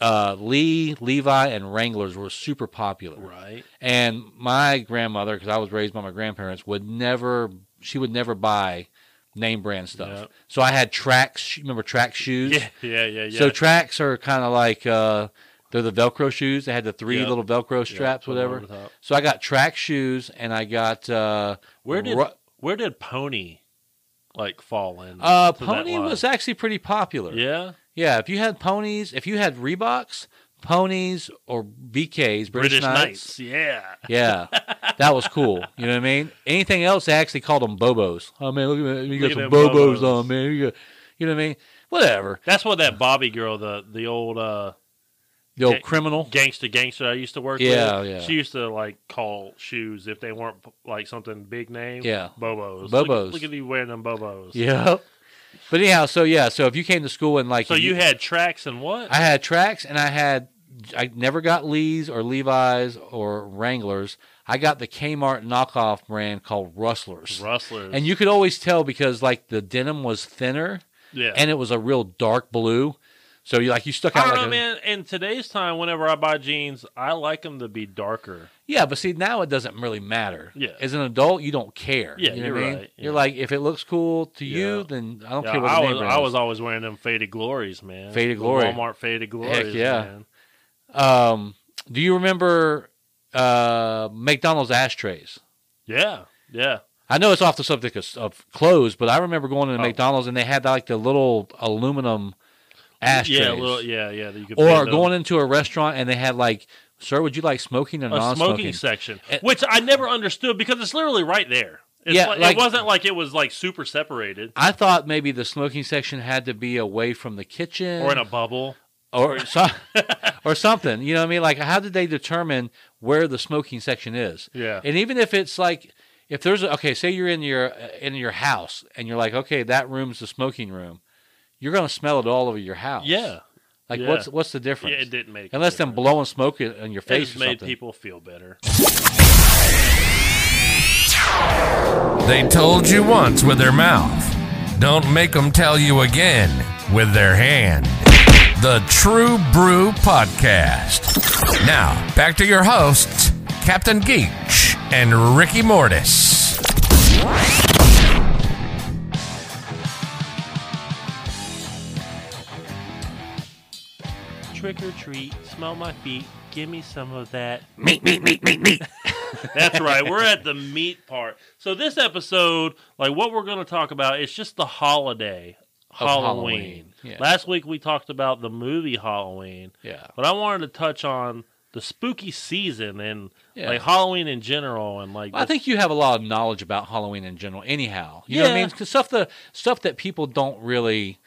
uh, Lee, Levi, and Wranglers were super popular.
Right.
And my grandmother, because I was raised by my grandparents, would never she would never buy name brand stuff.
Yep.
So I had tracks. Remember track shoes?
Yeah, yeah, yeah, yeah.
So tracks are kind of like uh, they're the Velcro shoes. They had the three
Yep.
little Velcro
Yeah,
straps,
put them
whatever.
over the top.
So I got track shoes, and I got uh,
Where did
ru-
where did Pony like fall in?
uh,
to that
Pony
line?
was actually pretty popular.
yeah
Yeah, if you had ponies, if you had Reeboks, ponies or BKs, British,
British
Knights.
Knights. Yeah,
Yeah, that was cool. You know what I mean? Anything else, they actually called them Bobos. Oh man, look at that. You got
Look at
some
them
Bobos,
Bobos.
on, man. You, got, you know what I mean? Whatever.
that's what that Bobby girl, the the old uh,
The old
Okay.
criminal.
gangster gangster I used to work
Yeah,
with.
yeah.
She used to like call shoes if they weren't like something big name.
Yeah.
Bobos.
Bobos.
Look, look at you wearing them Bobos.
Yep. But anyhow, so yeah, so if you came to school and like,
So
if
you had tracks and what?
I had tracks and I had, I never got Lees or Levi's or Wranglers. I got the Kmart knockoff brand called Rustlers.
Rustlers.
And you could always tell because like the denim was thinner
yeah.
and it was a real dark blue. So you like you stuck
I
out
don't
like
know,
a,
Oh, man. In today's time, whenever I buy jeans, I like them to be darker.
Yeah, but see now it doesn't really matter.
Yeah.
As an adult, you don't care.
Yeah,
you know
you're
what I mean?
right,
You're
yeah.
like, if it looks cool to
Yeah.
you, then I don't
Yeah,
care what
I
the name
was
brand
I
is.
was always wearing them faded glories, man.
Faded
The
glory.
Walmart faded glories.
yeah.
Man.
Um, do you remember uh, McDonald's ashtrays?
Yeah. Yeah.
I know it's off the subject of, of clothes, but I remember going to the
Oh.
McDonald's and they had like the little aluminum ashtrays.
Yeah. Little, yeah. Yeah. that you could
or
bend
going
over.
into a restaurant and they had like, sir, would you like smoking or
a
non-smoking?
smoking section,
It-
which I never understood because it's literally right there. It's
Yeah,
like,
like-
it wasn't like it was like super separated
I thought maybe the smoking section had to be away from the kitchen
or in a bubble.
or so, or something. You know what I mean? Like, how did they determine where the smoking section is?
Yeah.
And even if it's like, if there's a, okay, say you're in your in your house and you're like, okay, that room's the smoking room. You're gonna smell it all over your house.
yeah.
Like,
yeah.
what's what's the
Yeah.
difference?
It didn't make a
Unless them
difference.
blowing smoke in in your
It
face
just
or
made
something.
people feel better.
They told you once with their mouth. Don't make them tell you again with their hand. The True Brew Podcast. Now, back to your hosts, Captain Geach and Ricky Mortis.
Trick or treat, smell my feet, give me some of that meat, meat, meat, meat, meat. That's right. We're at the meat part. So this episode, like what we're going to talk about, is just the holiday, Halloween.
Halloween, yeah.
Last week we talked about the movie Halloween,
Yeah.
but I wanted to touch on the spooky season and
Yeah.
like Halloween in general and like
Well, I
the-
think you have a lot of knowledge about Halloween in general, anyhow. You know what I
Yeah.
mean? 'Cause stuff the stuff that people don't really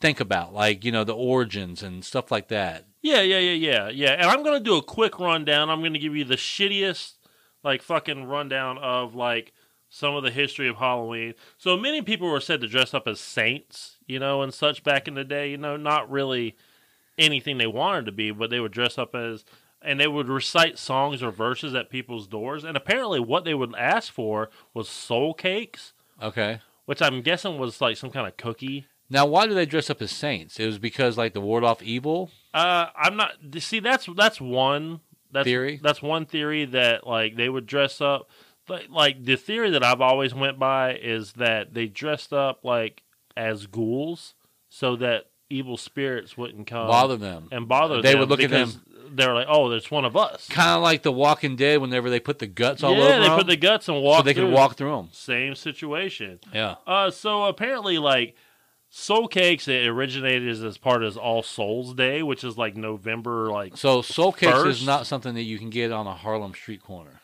think about, like you know the origins and stuff like that.
Yeah, yeah, yeah, yeah, yeah. And I'm gonna do a quick rundown. I'm gonna give you the shittiest, like fucking rundown of like some of the history of Halloween. So many people were said to dress up as saints, you know, and such back in the day. You know, not really anything they wanted to be, but they would dress up as, and they would recite songs or verses at people's doors. And apparently, what they would ask for was soul cakes,
Okay.
which I'm guessing was like some kind of cookie.
Now, why do they dress up as saints? It was because like to ward off evil.
Uh, I'm not. See, that's that's one that's,
Theory?
That's one theory that like they would dress up. But like the theory that I've always went by is that they dressed up like as ghouls so that evil spirits wouldn't come
bother them.
Oh. and bother
They
them.
would look at
because They're like, oh, there's one of us.
Kind of like the Walking Dead, whenever they put the guts all
yeah,
over
they
them,
put the guts and
so
walk.
they could
through.
walk through them.
Same situation.
Yeah.
Uh, so apparently, like soul cakes, it originated as, as part of All Souls Day, which is like November, like
So soul cakes
First-
is not something that you can get on a Harlem street corner.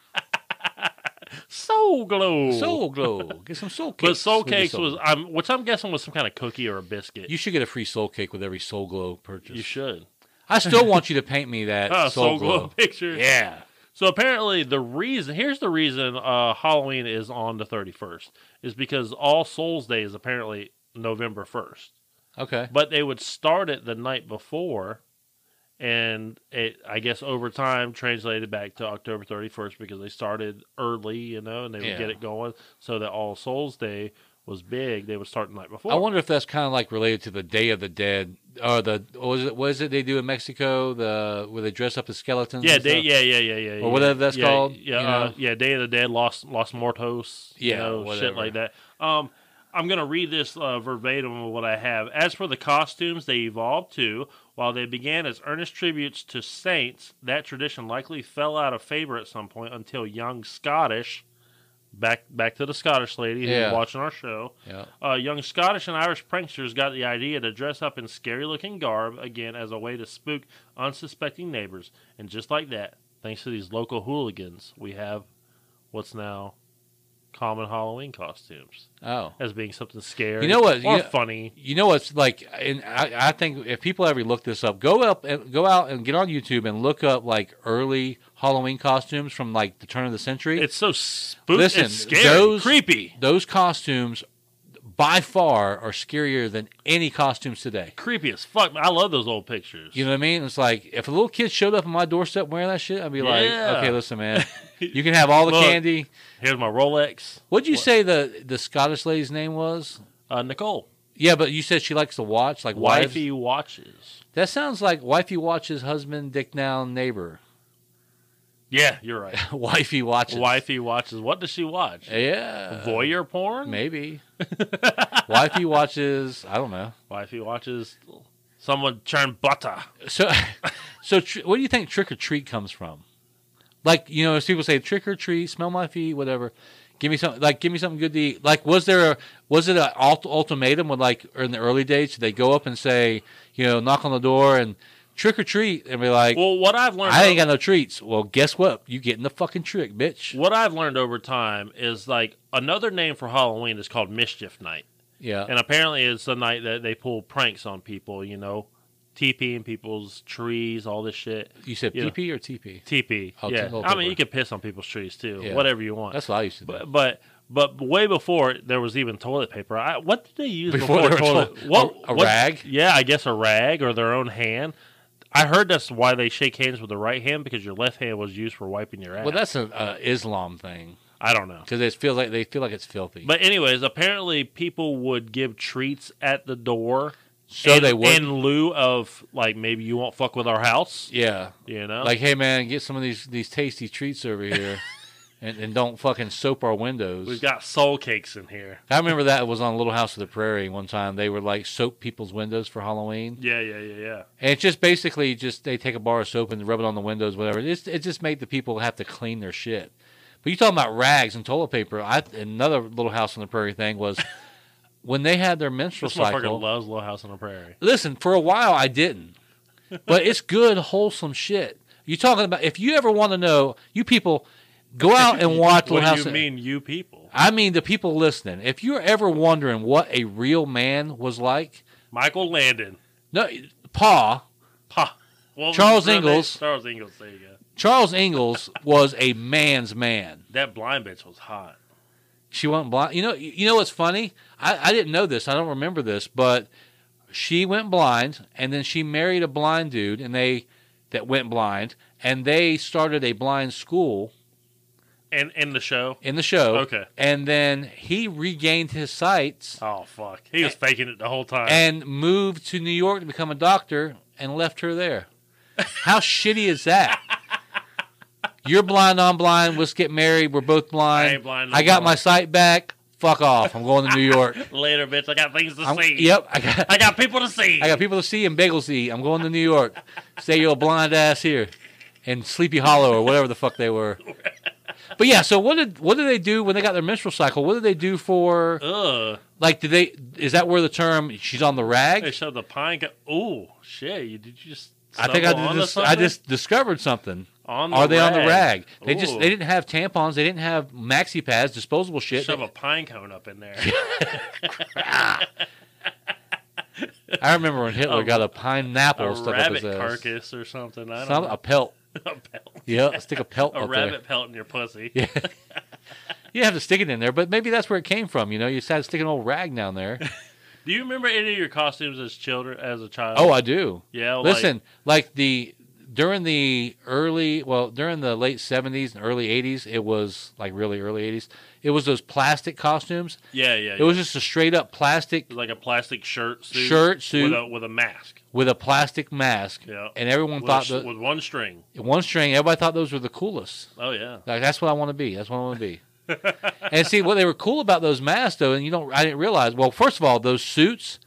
Soul Glow.
Soul glow. Get some soul cakes.
But soul
with your
cakes
soul.
was, I'm, which I'm guessing was some kind of cookie or a biscuit.
You should get a free soul cake with every soul glow purchase.
You should.
I still want you to paint me that
Ah,
soul, glow.
picture.
Yeah.
So apparently the reason here's the reason uh, Halloween is on the 31st is because All Souls Day is apparently November 1st.
Okay.
but they would start it the night before and it i guess over time translated back to october 31st because they started early you know and they would
Yeah.
get it going so that all souls day was big they would start the night before
I wonder if that's kind of like related to the Day of the Dead or the or was it was it they do in Mexico the where they dress up as skeletons?
yeah
and
day
stuff?
yeah yeah yeah yeah yeah,
whatever that's
yeah,
called,
yeah
you
uh,
know?
yeah day of the dead lost lost mortos
Yeah,
you know
whatever.
shit like that um I'm gonna read this uh, verbatim of what I have. As for the costumes, they evolved too. While they began as earnest tributes to saints, that tradition likely fell out of favor at some point until young Scottish, back back to the Scottish lady who's
Yeah.
watching our show,
yeah.
uh, young Scottish and Irish pranksters got the idea to dress up in scary looking garb again as a way to spook unsuspecting neighbors. And just like that, thanks to these local hooligans, we have what's now common Halloween costumes
Oh.
as being something scary
You know what,
or
you know-
funny.
You know what's like, and I, I think if people ever look this up, go up and go out and get on YouTube and look up like early Halloween costumes from like the turn of the century.
It's so spooky.
Listen,
it's scary.
those-
creepy.
Those costumes, by far, are scarier than any costumes today.
Creepy as fuck. I love those old pictures.
You know what I mean? It's like if a little kid showed up on my doorstep wearing that shit, I'd be like,
Yeah.
okay, listen, man, you can have all the
Look.
candy.
Here's my Rolex.
What'd you say the the Scottish lady's name was?
Uh, Nicole.
Yeah, but you said she likes to watch, like wives.
Wifey watches.
That sounds like wifey watches husband, dick down neighbor.
Yeah, you're right.
wifey watches.
Wifey watches. What does she watch?
Yeah.
Voyeur porn?
Uh, Maybe. wifey watches. I don't know.
Wifey watches someone churn butter.
So, so tr- what do you think trick or treat comes from? Like you know, as people say, trick or treat, smell my feet, whatever. Give me something like give me something good to eat. Like was there a was it an ult- ultimatum when like or in the early days did they go up and say you know knock on the door and trick or treat and be like
Well, what I've learned
I ain't got no treats. Well, guess what? You getting the fucking trick, bitch.
what I've learned over time is like another name for Halloween is called Mischief Night.
Yeah,
And apparently it's the night that they pull pranks on people, you know, TPing people's trees, all this shit.
you said
yeah.
PP or TP.
TP.
Oh,
yeah.
tickle
I mean,
people.
you can piss on people's trees too,
Yeah.
whatever you want.
That's what I used to do.
but, but but way before there was even toilet paper, I, what did they use
Before
before,
there was
toilet?
toilet-
what
a- a
what-
rag?
Yeah, I guess a rag or their own hand. I heard that's why they shake hands with the right hand because your left hand was used for wiping your ass.
well, that's an uh, Islam thing
I don't know.
because it feels like they feel like it's filthy.
But anyways, apparently people would give treats at the door.
so
in,
they would.
in lieu of like maybe you won't fuck with our house.
yeah.
You know,
Like, hey man, get some of these these tasty treats over here, and, and don't fucking soap our windows.
we've got soul cakes in here.
I remember that was on Little House of the Prairie one time. They were like soap people's windows for Halloween,
Yeah, yeah, yeah, yeah.
and it's just basically just they take a bar of soap and rub it on the windows, whatever. It's, it just made the people have to clean their shit. But you talking about rags and toilet paper? I another Little House on the Prairie thing was when they had their menstrual
This motherfucker
cycle.
loves Little House on the Prairie.
Listen, for a while I didn't, but it's good, wholesome shit. You talking about? If you ever want to know, you people go out and watch
what
Little House.
do you mean, you people?
I mean the people listening. If you're ever wondering what a real man was like,
Michael Landon.
no, Pa
Pa. Well,
Charles
his real name-
Ingalls.
Charles Ingalls. There you go.
Charles Ingalls was a man's man.
That blind bitch was hot.
She went blind. You know, you know what's funny? I, I didn't know this. I don't remember this, but she went blind, and then she married a blind dude, and they that went blind, and they started a blind school
And in the show.
in the show.
Okay.
And then he regained his sights
Oh fuck. He was faking it the whole time.
and moved to New York to become a doctor and left her there. How shitty is that? You're blind, I'm blind. Let's get married. We're both blind.
I ain't blind no
I got
more.
my sight back. Fuck off. I'm going to New York.
Later, bitch. I got things to
I'm-
see.
yep. I got,
I got people to see.
I got people to see and bagels to eat. I'm going to New York. Stay your blind ass here, and Sleepy Hollow or whatever the fuck they were. But yeah, so what did what did they do when they got their menstrual cycle? What did they do for
Ugh.
like? Did they is that where the term she's on the
They
rag?
showed the pine. Co- Ooh, shit. You did you just?
I think I
stumble
did
onto
just, I
something?
just discovered something.
On
Are they on the rag? They just
Ooh.
they didn't have tampons. They didn't have maxi pads, disposable shit.
shove a pine cone up in there.
I remember when Hitler
a-
got a pineapple
a
stuck up his
rabbit
ass.
carcass or something. I don't
Some-
know.
a pelt.
A, pelt.
Yeah, stick a pelt
A
up
rabbit
there.
pelt in your pussy.
You have to stick it in there, but maybe that's where it came from. You know, you started sticking an old rag down there.
Do you remember any of your costumes as children, as a child?
Oh, I do.
yeah. like-
Listen, like the during the early, well, during the late seventies and early eighties, it was like really early eighties. It was those plastic costumes.
yeah, yeah.
It was just a straight up plastic
It was like a plastic shirt suit.
Shirt suit.
with a, with a mask.
with a plastic mask,
Yeah.
and everyone
With, a
thought
sh-
the
with one string.
one string. Everybody thought those were the coolest.
Oh yeah.
Like that's what I want to be. That's what I want to be. and see what they were cool about those masks though, and you don't. I didn't realize. Well, first of all, those suits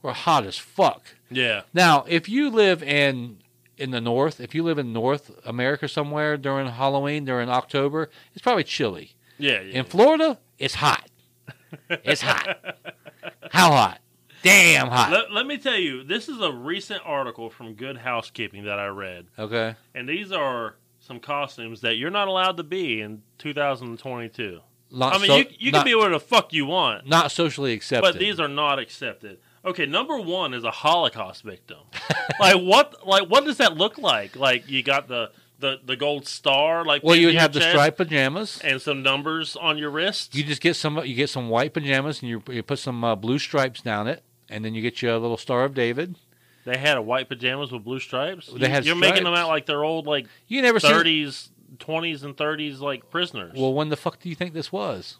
were hot as fuck.
Yeah.
Now, if you live in in the north, if you live in North America somewhere during Halloween, during October, it's probably chilly.
Yeah. yeah.
In Florida, it's hot. It's hot. How hot? Damn hot.
let, let me tell you, this is a recent article from Good Housekeeping that I read,
Okay.
and these are some costumes that you're not allowed to be in 2022.
Not
I mean,
so-
you, you
not,
can be whatever the fuck you want,
not socially accepted.
but these are not accepted. Okay, number one is a Holocaust victim. like what? Like what does that look like? Like you got the the, the gold star, like
well,
pinned
you
to
would
your
have the
chest
striped pajamas.
and some numbers on your wrist.
You just get some. You get some white pajamas, and you, you put some uh, blue stripes down it, and then you get you a little Star of David.
they had a white pajamas with blue stripes.
They
you,
had
you're making them
stripes.
out like they're old, like
You never seen.
30s, 20s, and 30s like prisoners.
Well, when the fuck do you think this was?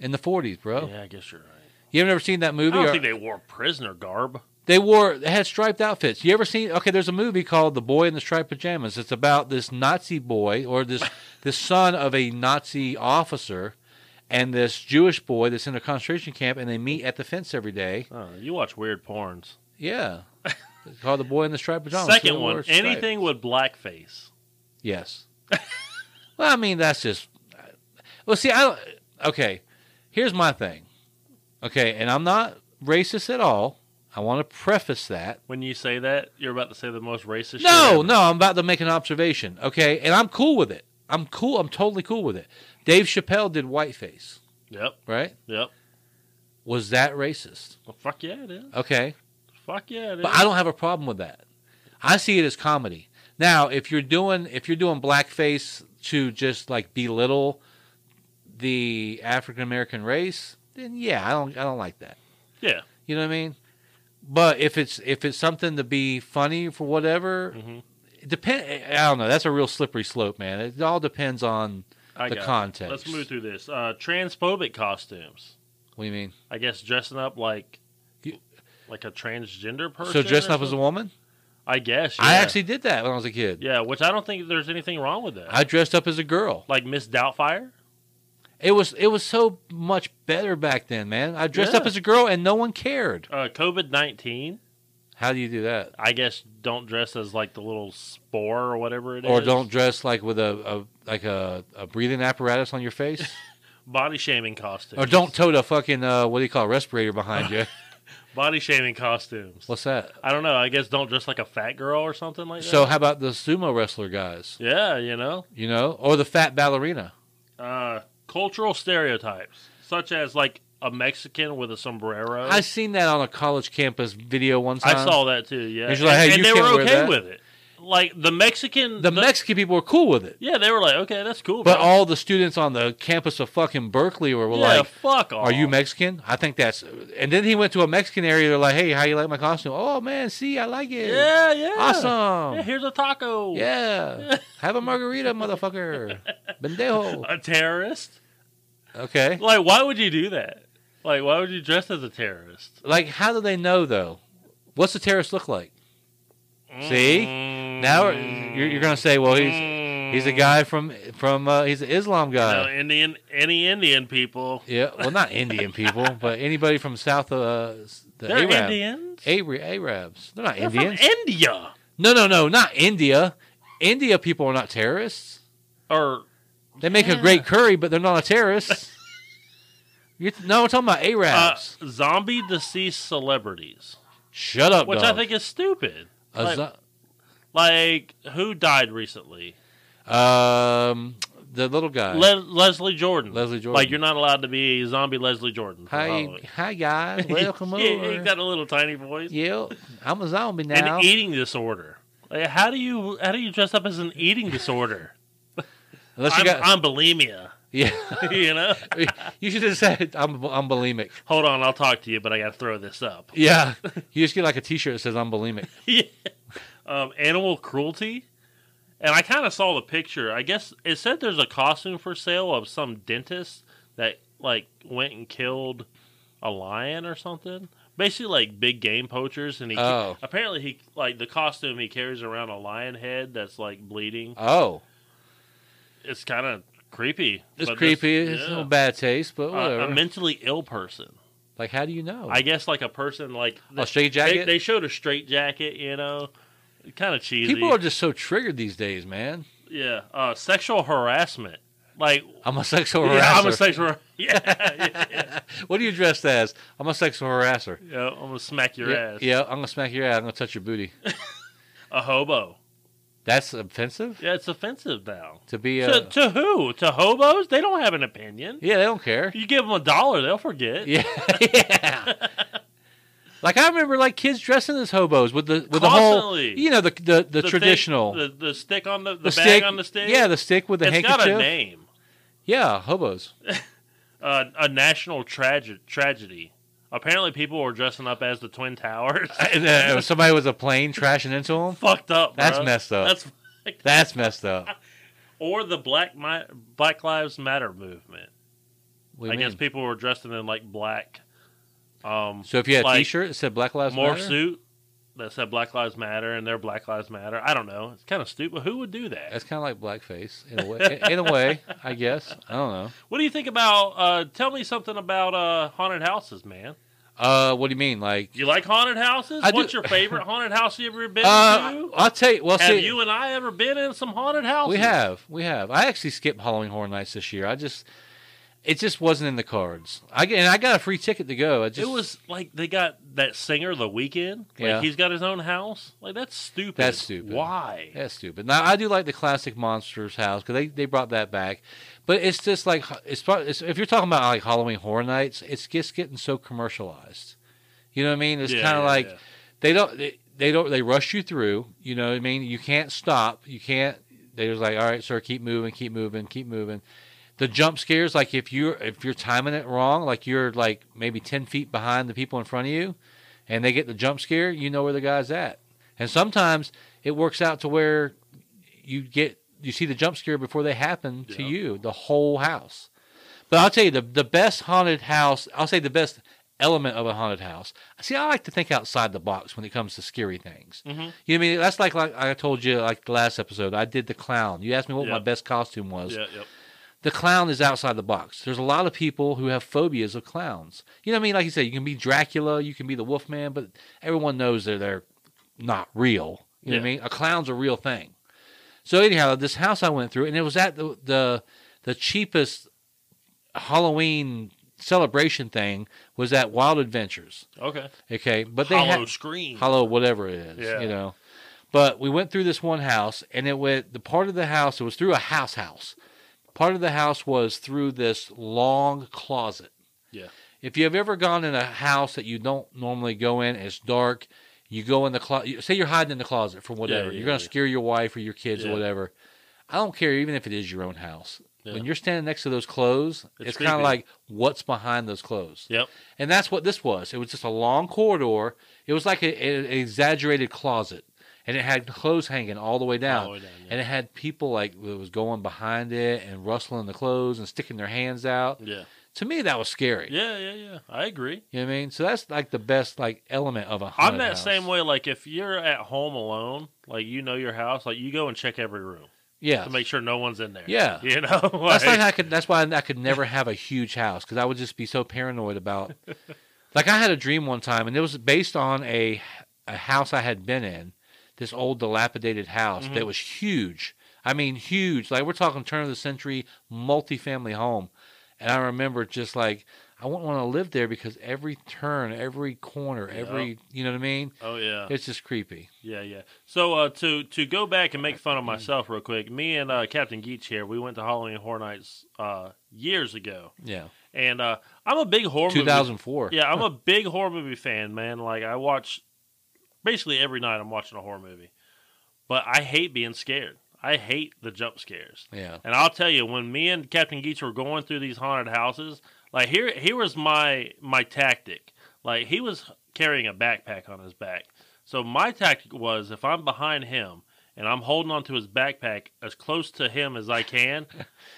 In the forties, bro.
yeah, I guess you're right.
You've never seen that
I
movie?
don't
Or-
think they wore prisoner garb.
they wore they had striped outfits. You ever seen? Okay, there's a movie called The Boy in the Striped Pajamas. It's about this Nazi boy or this this son of a Nazi officer and this Jewish boy that's in a concentration camp, and they meet at the fence every day.
Oh, you watch weird porns.
Yeah, it's called The Boy in the Striped Pajamas.
Second
They
one,
wore striped.
anything with blackface.
Yes. well, I mean that's just. Well, see, I don't. Okay, here's my thing. Okay, and I'm not racist at all. I want to preface that.
When you say that, you're about to say the most racist. shit
No,
ever.
no, I'm about to make an observation. Okay, and I'm cool with it. I'm cool. I'm totally cool with it. Dave Chappelle did whiteface,
Yep,
right?
yep.
Was that racist?
Well, fuck yeah, it is.
Okay,
Fuck yeah, it is.
but I don't have a problem with that. I see it as comedy. Now, if you're doing if you're doing blackface to just like belittle the African American race, then yeah, I don't I don't like that.
yeah,
You know what I mean? But if it's if it's something to be funny for whatever,
Mhm.
it depend. I don't know. That's a real slippery slope, man. It all depends on
I
the
got it.
context.
Let's move through this. Uh, transphobic costumes.
What do you mean?
I guess dressing up like
You-
like a transgender person.
So dressing
or
up as a
something?
woman?
I guess. Yeah.
I actually did that when I was a kid.
Yeah, which I don't think there's anything wrong with that.
I dressed up as a girl.
like Miss Doubtfire.
It was it was so much better back then, man. I dressed up
Yeah.
as a girl and no one cared.
Uh, COVID nineteen.
How do you do that?
I guess don't dress as like the little spore or whatever it is.
Or don't dress like with a, a like a, a breathing apparatus on your face,
body shaming costumes.
or don't tote a fucking uh, what do you call it, respirator behind you?
body shaming costumes.
What's that?
I don't know. I guess don't dress like a fat girl or something like that.
So how about the sumo wrestler guys?
yeah, you know,
You know, or the fat ballerina?
uh, cultural stereotypes such as like a Mexican with a sombrero.
I seen that on a college campus video one
I
time.
saw that too. Yeah,
You're just like,
and,
hey,
and
you
they
can't
were
wear
okay
that.
with it. Like the Mexican,
the Mexican people were cool with it,
yeah, they were like, okay, that's cool.
but
bro.
all the students on the campus of fucking Berkeley were, were
yeah,
like,
fuck off.
"Are you Mexican?" I think that's. And then he went to a Mexican area. They're like, "Hey, how you like my costume?" Oh man, see, I like it.
Yeah, yeah, Yeah,
Awesome.
here's a taco.
Yeah. Have a margarita, motherfucker. Bendejo.
a terrorist.
Okay.
Like, why would you do that? Like, why would you dress as a terrorist?
Like, how do they know though? What's the terrorist look like? See? Now you're, you're gonna say, well, he's He's a guy from from uh, he's an Islam
Mm. No,
guy.
Indian, any Indian people.
Yeah, well, not Indian people, but anybody from South uh, s- the
They're
Arab.
Indians.
Ara- Arabs. They're not
They're from
Indians.
India.
no, no, no, not India. India people are not terrorists.
Or uh,
They make a great curry, but they're not a terrorist. You're, no, we're talking about
uh,
Arabs.
zombie deceased celebrities,
Shut up,
which I
dog.
think is stupid.
A zo-
Like, who died recently?
um, the little guy.
Le- Leslie Jordan.
Leslie Jordan.
Like, you're not allowed to be a zombie Leslie Jordan. for
hi,
Halloween.
hi guys, welcome
Yeah,
over.
He got a little tiny voice.
yeah, I'm a zombie now.
an eating disorder. Like, how do you how do you dress up as an eating disorder?
Unless you
I'm,
got
I'm bulimia.
Yeah,
you know?
you should have said I'm I'm bulimic.
Hold on, I'll talk to you, but I got to throw this up.
Yeah, you just get like a T-shirt that says I'm bulimic.
yeah. um, animal cruelty. And I kind of saw the picture. I guess it said there's a costume for sale of some dentist that like went and killed a lion or something. Basically, like big game poachers, and he
Oh.
apparently he like the costume he carries around a lion head that's like bleeding.
Oh,
It's kind of creepy.
it's
but
creepy.
this-
It's
yeah.
no bad taste, but
A-
whatever.
a mentally ill person.
like, how do you know?
I guess like a person like
Oh. A straight
They,
jacket?
they showed a straight jacket, you know, kind of cheesy.
People are just so triggered these days, man.
yeah, uh, sexual harassment. Like
I'm a sexual harasser.
yeah, I'm a sexual. Yeah, yeah, yeah,
what are you dressed as? I'm a sexual harasser.
Yeah, I'm gonna smack your
yeah,
ass.
yeah, I'm gonna smack your ass. I'm gonna touch your booty.
a hobo.
That's offensive
Yeah, it's offensive now.
to be a.
To, to who? To hobos? They don't have an opinion.
yeah, they don't care.
You give them a dollar, they'll forget.
Yeah, yeah. like I remember, like kids dressing as hobos with the with the whole,
Constantly.
you know, the the, the,
thing-
traditional, the,
the, the stick on the, the, bag
stick
on the stick.
Yeah, the stick with the
It's
handkerchief.
got a name.
Yeah, hobos.
uh, a national tragedy. Tragedy. Apparently, people were dressing up as the Twin Towers.
And, uh, somebody was a plane trashing into them.
fucked up.
That's
bruh.
messed up.
That's fucked-
That's messed up.
or the Black Mi- Black Lives Matter movement.
What do you
I guess
mean?
people were dressed in like black, um,
So if you had
like,
a T-shirt that said Black Lives
morph
Matter,
suit that said Black Lives Matter and their Black Lives Matter. I don't know. It's kind of stupid. Who would do that?
that's kind of like blackface in a way. in a way, I guess. I don't know.
What do you think about? Uh, tell me something about uh, haunted houses, man.
Uh, what do you mean? Like,
You like haunted houses?
I do-
What's your favorite haunted house you ever been
uh,
to?
I'll tell you. Well,
Have
see,
you and I ever been in some haunted houses?
we have, we have. I actually skipped Halloween Horror Nights this year. I just, it just wasn't in the cards. I get- and I got a free ticket to go. I just
it was like they got that singer the weekend. Like
Yeah.
he's got his own house. Like that's stupid.
That's stupid.
Why?
That's stupid. Now I do like the classic monsters house because they, they brought that back, but it's just like it's, pro- it's if you're talking about like Halloween Horror Nights, it's just getting so commercialized. You know what I mean? It's
Yeah,
kind of
yeah,
like
yeah.
they don't they, they don't they rush you through. You know what I mean? You can't stop. You can't. They're just like, all right, sir, keep moving, keep moving, keep moving. The jump scares, like if you're if you're timing it wrong, like you're like maybe ten feet behind the people in front of you, and they get the jump scare, you know where the guy's at. And sometimes it works out to where you get you see the jump scare before they happen to
Yeah.
you, the whole house. But I'll tell you the the best haunted house, I'll say the best element of a haunted house. See, I like to think outside the box when it comes to scary things.
Mhm.
You know what I mean? That's like like I told you like the last episode. I did the clown. You asked me what
Yeah.
my best costume was.
Yeah, yep.
The clown is outside the box. There's a lot of people who have phobias of clowns. You know what I mean? Like you said, you can be Dracula, you can be the Wolfman, but everyone knows that they're not real. You know what I
Yeah.
mean? A clown's a real thing. So anyhow, this house I went through, and it was at the the, the cheapest Halloween celebration thing was at Wild Adventures.
Okay.
Okay, but they
Hollow
had,
screen.
hollow whatever it is
Yeah.
you know but we went through this one house and it went the part of the house it was through a house house part of the house was through this long closet
Yeah.
if you've ever gone in a house that you don't normally go in it's dark you go in the closet say you're hiding in the closet from whatever
yeah,
you're going to
yeah.
scare your wife or your kids
Yeah.
or whatever i don't care even if it is your own house
Yeah.
when you're standing next to those clothes
It's
it's, kind of
creepy.
like what's behind those clothes
Yep.
and that's what this was. It was just a long corridor. It was like a, a- an exaggerated closet, and it had clothes hanging all the way down.
All the way down, yeah.
And it had people like that was going behind it and rustling the clothes and sticking their hands out.
Yeah.
To me, that was scary.
Yeah, yeah, yeah. I agree.
You know what I mean? So that's like the best like element of a
I'm
haunted
that
house.
same way. Like if you're at home alone, like you know your house, like you go and check every room
Yeah.
to make sure no one's in there.
Yeah.
You know. Like,
That's like I could. That's why I could never have a huge house because I would just be so paranoid about. like I had a dream one time, and it was based on a a house I had been in, this old dilapidated house that was huge. I mean, huge. Like we're talking turn of the century multifamily home, and I remember just like I wouldn't want to live there because every turn, every corner, every you know what I mean.
oh yeah.
It's just creepy.
Yeah, yeah. So uh, to to go back and make fun of myself real quick, me and uh, Captain Geach here, we went to Halloween Horror Nights uh, years ago,
Yeah,
and uh, I'm a big horror
two
movie.
thousand four.
Yeah, I'm a big horror movie fan, man. Like I watch basically every night. I'm watching a horror movie, but I hate being scared. I hate the jump scares.
Yeah.
And I'll tell you, when me and Captain Geach were going through these haunted houses, like here, here was my my tactic. Like he was carrying a backpack on his back, so my tactic was if I'm behind him and I'm holding onto his backpack as close to him as I can,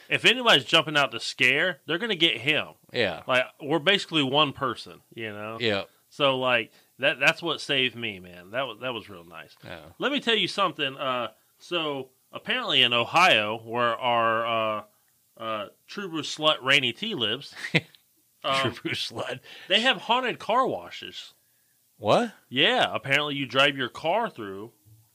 if anybody's jumping out to scare, they're gonna get him.
Yeah.
Like we're basically one person, you know.
Yeah.
So like that that's what saved me, man. That was that was real nice.
Yeah.
Let me tell you something. Uh, so apparently in Ohio, where our uh, uh, True Brew slut Rainy T lives, um,
True slut.
they have haunted car washes.
What?
Yeah, apparently you drive your car through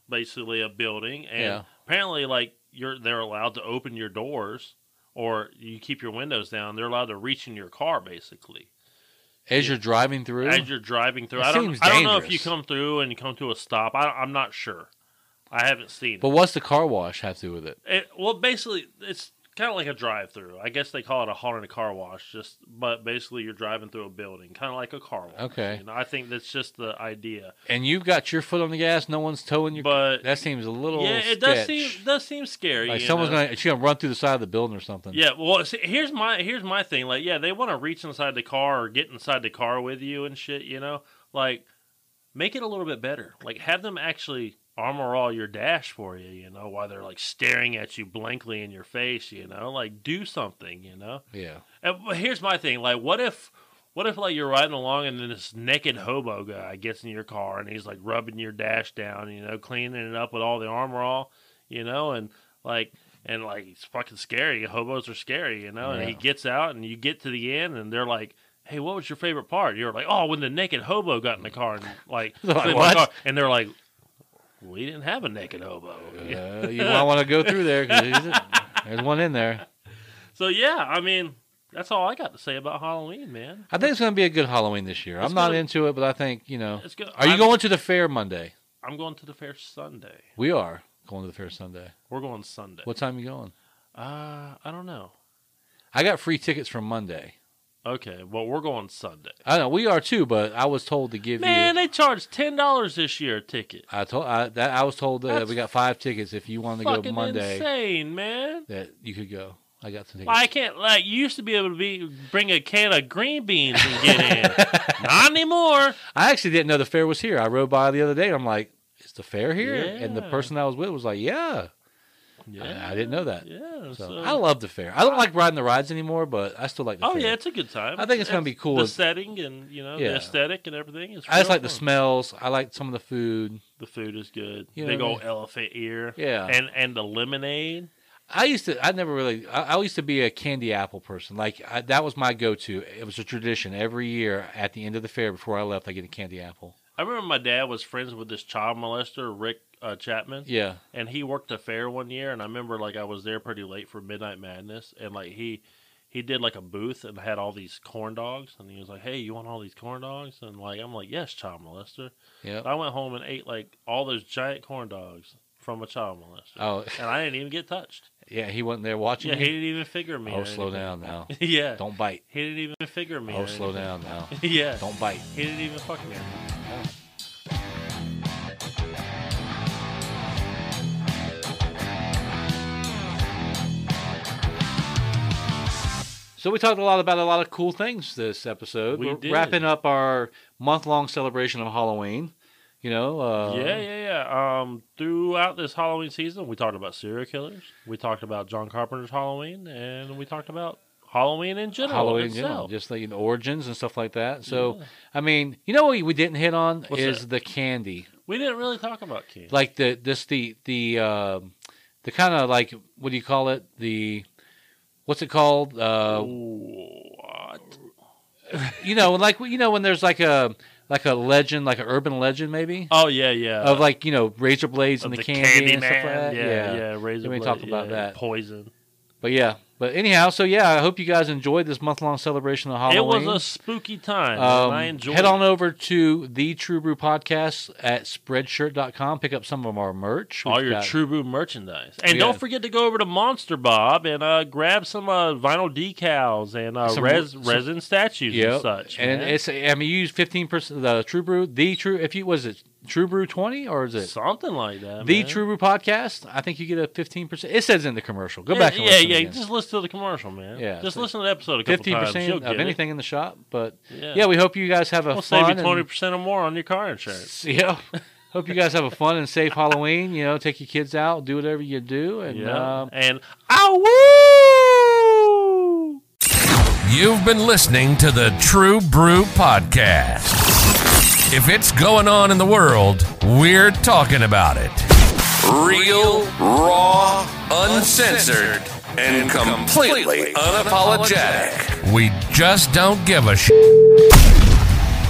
basically a building, and
Yeah.
apparently like you're they're allowed to open your doors or you keep your windows down. They're allowed to reach in your car basically
As you're driving through?
as you're driving through.
It
I don't
seems
I don't know if you
dangerous.
come through and you come to a stop. I, I'm not sure. I haven't seen. it.
but what's the car wash have to do with it?
It, well, basically, it's kind of like a drive-through. I guess they call it a haunted car wash. Just, but basically, you're driving through a building, kind of like a car wash.
Okay.
You know, I think that's just the idea.
And you've got your foot on the gas, no one's towing your
But
That seems a little
yeah, it does
sketch.
seem does seem scary.
like
you
someone's
know?
gonna she's gonna run through the side of the building or something.
Yeah, well, see, here's my here's my thing. Like, yeah, they want to reach inside the car or get inside the car with you and shit. You know, like make it a little bit better. Like, have them actually armor all your dash for you. You know, while they're like staring at you blankly in your face. You know, like do something. You know.
Yeah.
And but here's my thing: like, what if, what if like you're riding along and then this naked hobo guy gets in your car and he's like rubbing your dash down, you know, cleaning it up with all the armor all, you know, and like and like it's fucking scary. Hobos are scary, you know. And he
Yeah.
gets out and you get to the end and they're like. Hey, what was your favorite part? You're like, oh, when the naked hobo got in the car and like,
They're like,
slid in the
"What?"
car." and they're like, we didn't have a naked hobo.
Uh, you might want to go through there 'cause there's- there's one in there.
So yeah, I mean, that's all I got to say about Halloween, man.
I think it's going to be a good Halloween this year.
It's
I'm not
gonna-
into it, but I think you know.
It's good.
Are you
I'm-
going to the fair Monday?
I'm going to the fair Sunday.
We are going to the fair Sunday.
We're going Sunday.
What time you going?
Uh, I don't know.
I got free tickets from Monday.
Okay, well, we're going Sunday.
I know we are too, but I was told to give
Man,
you.
they charged ten dollars this year a ticket.
I told I, that I was told that
That's
we got five tickets if you wanted to go
Fucking
Monday
insane, man.
that you could go. I got some tickets.
Well, I can't like you used to be able to be bring a can of green beans and get in. Not anymore.
I actually didn't know the fair was here. I rode by the other day. and I'm like, is the fair here? And the
Yeah.
person I was with was like, yeah.
Yeah,
I, I didn't know that. So,
yeah. So,
I love the fair. I don't like riding the rides anymore, but I still like the
oh
fair.
yeah, it's a good time.
I think it's gonna be cool.
The setting and you know
Yeah.
the aesthetic and everything. It's
I just
real
like the
fun.
smells. I like some of the food.
The food is good.
You know
Big
what I
old elephant ear.
Yeah.
and and the lemonade.
I used to. I never really. I, I used to be a candy apple person. Like I, that was my go-to. It was a tradition every year at the end of the fair before I left. I get a candy apple.
I remember my dad was friends with this child molester, Rick uh, Chapman,
Yeah.
and he worked a fair one year. And I remember like I was there pretty late for Midnight Madness, and like he he did like a booth and had all these corn dogs, and he was like, "Hey, you want all these corn dogs?" And like I'm like, "Yes, child molester."
Yeah.
I went home and ate like all those giant corn dogs from a child molester,
Oh
and I didn't even get touched.
yeah. He wasn't there watching.
Yeah, he
you?
didn't even figure me.
oh,
or
slow
anything.
down now.
yeah,
Don't bite.
he didn't even figure me.
Oh,
or
slow
anything.
down now.
yeah,
Don't bite.
he didn't even fuck me.
So we talked a lot about a lot of cool things this episode.
We
We're
did.
wrapping up our month-long celebration of Halloween. You know. Uh,
yeah, yeah, yeah. Um, throughout this Halloween season, we talked about serial killers. We talked about John Carpenter's Halloween, and we talked about Halloween in general.
Halloween in
itself.
general, just like you know, origins and stuff like that. So,
Yeah.
I mean, you know what we didn't hit on
What's
is
that?
the candy,
we didn't really talk about King.
like the this the the um the kind of like what do you call it? The what's it called? Uh,
what?
you know, like you know when there's like a like a legend, like an urban legend, maybe
Oh yeah, yeah.
of like you know razor blades
Of
and the,
the
candy, and stuff like
Candyman.
that.
Yeah, yeah. razor
We
blade,
talked about
yeah,
that.
poison.
But yeah, but anyhow, so yeah, I hope you guys enjoyed this month long celebration of Halloween.
It was a spooky time.
Um,
and I enjoyed.
head on
it.
over to the True Brew Podcast at spreadshirt.com. Pick up some of our merch.
all
We've
your
got-
True Brew merchandise, and
We
don't
got-
forget to go over to Monster Bob and uh, grab some uh, vinyl decals and uh,
Some-
res-
some-
resin statues
Yep.
and such.
And
man.
it's I mean you use fifteen percent the True Brew the True if you was it True Brew 20 or is it
Something like that.
the
man.
True Brew podcast? I think you get a 15%. It says in the commercial. Go
yeah,
back and
Yeah,
listen
yeah.
again.
Just listen to the commercial, man.
Yeah,
Just
so
listen to the episode a couple
Fifteen
times. You'll
percent
get
of
it.
anything in the shop, but
Yeah.
yeah. we hope you guys have a
We'll
fun.
save
and-
you twenty percent or more on your car insurance.
Yeah. Hope you guys have a fun and safe Halloween. You know, take your kids out, do whatever you do, and
Yeah.
um,
and I woo.
You've been listening to the True Brew Podcast. If it's going on in the world, we're talking about it. Real, raw, uncensored, and completely unapologetic. We just don't give a shit.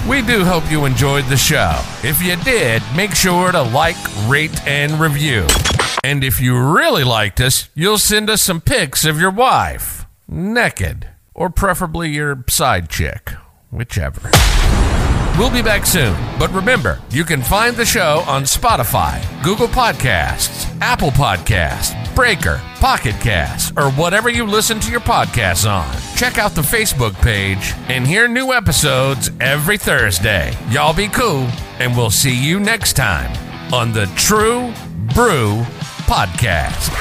We do hope you enjoyed the show. If you did, make sure to like, rate, and review. And if you really liked us, you'll send us some pics of your wife, naked, or preferably your side chick, whichever. We'll be back soon, but remember, you can find the show on Spotify, Google Podcasts, Apple Podcasts, Breaker, Pocket Casts, or whatever you listen to your podcasts on. Check out the Facebook page and hear new episodes every Thursday. Y'all be cool, and we'll see you next time on the True Brew Podcast.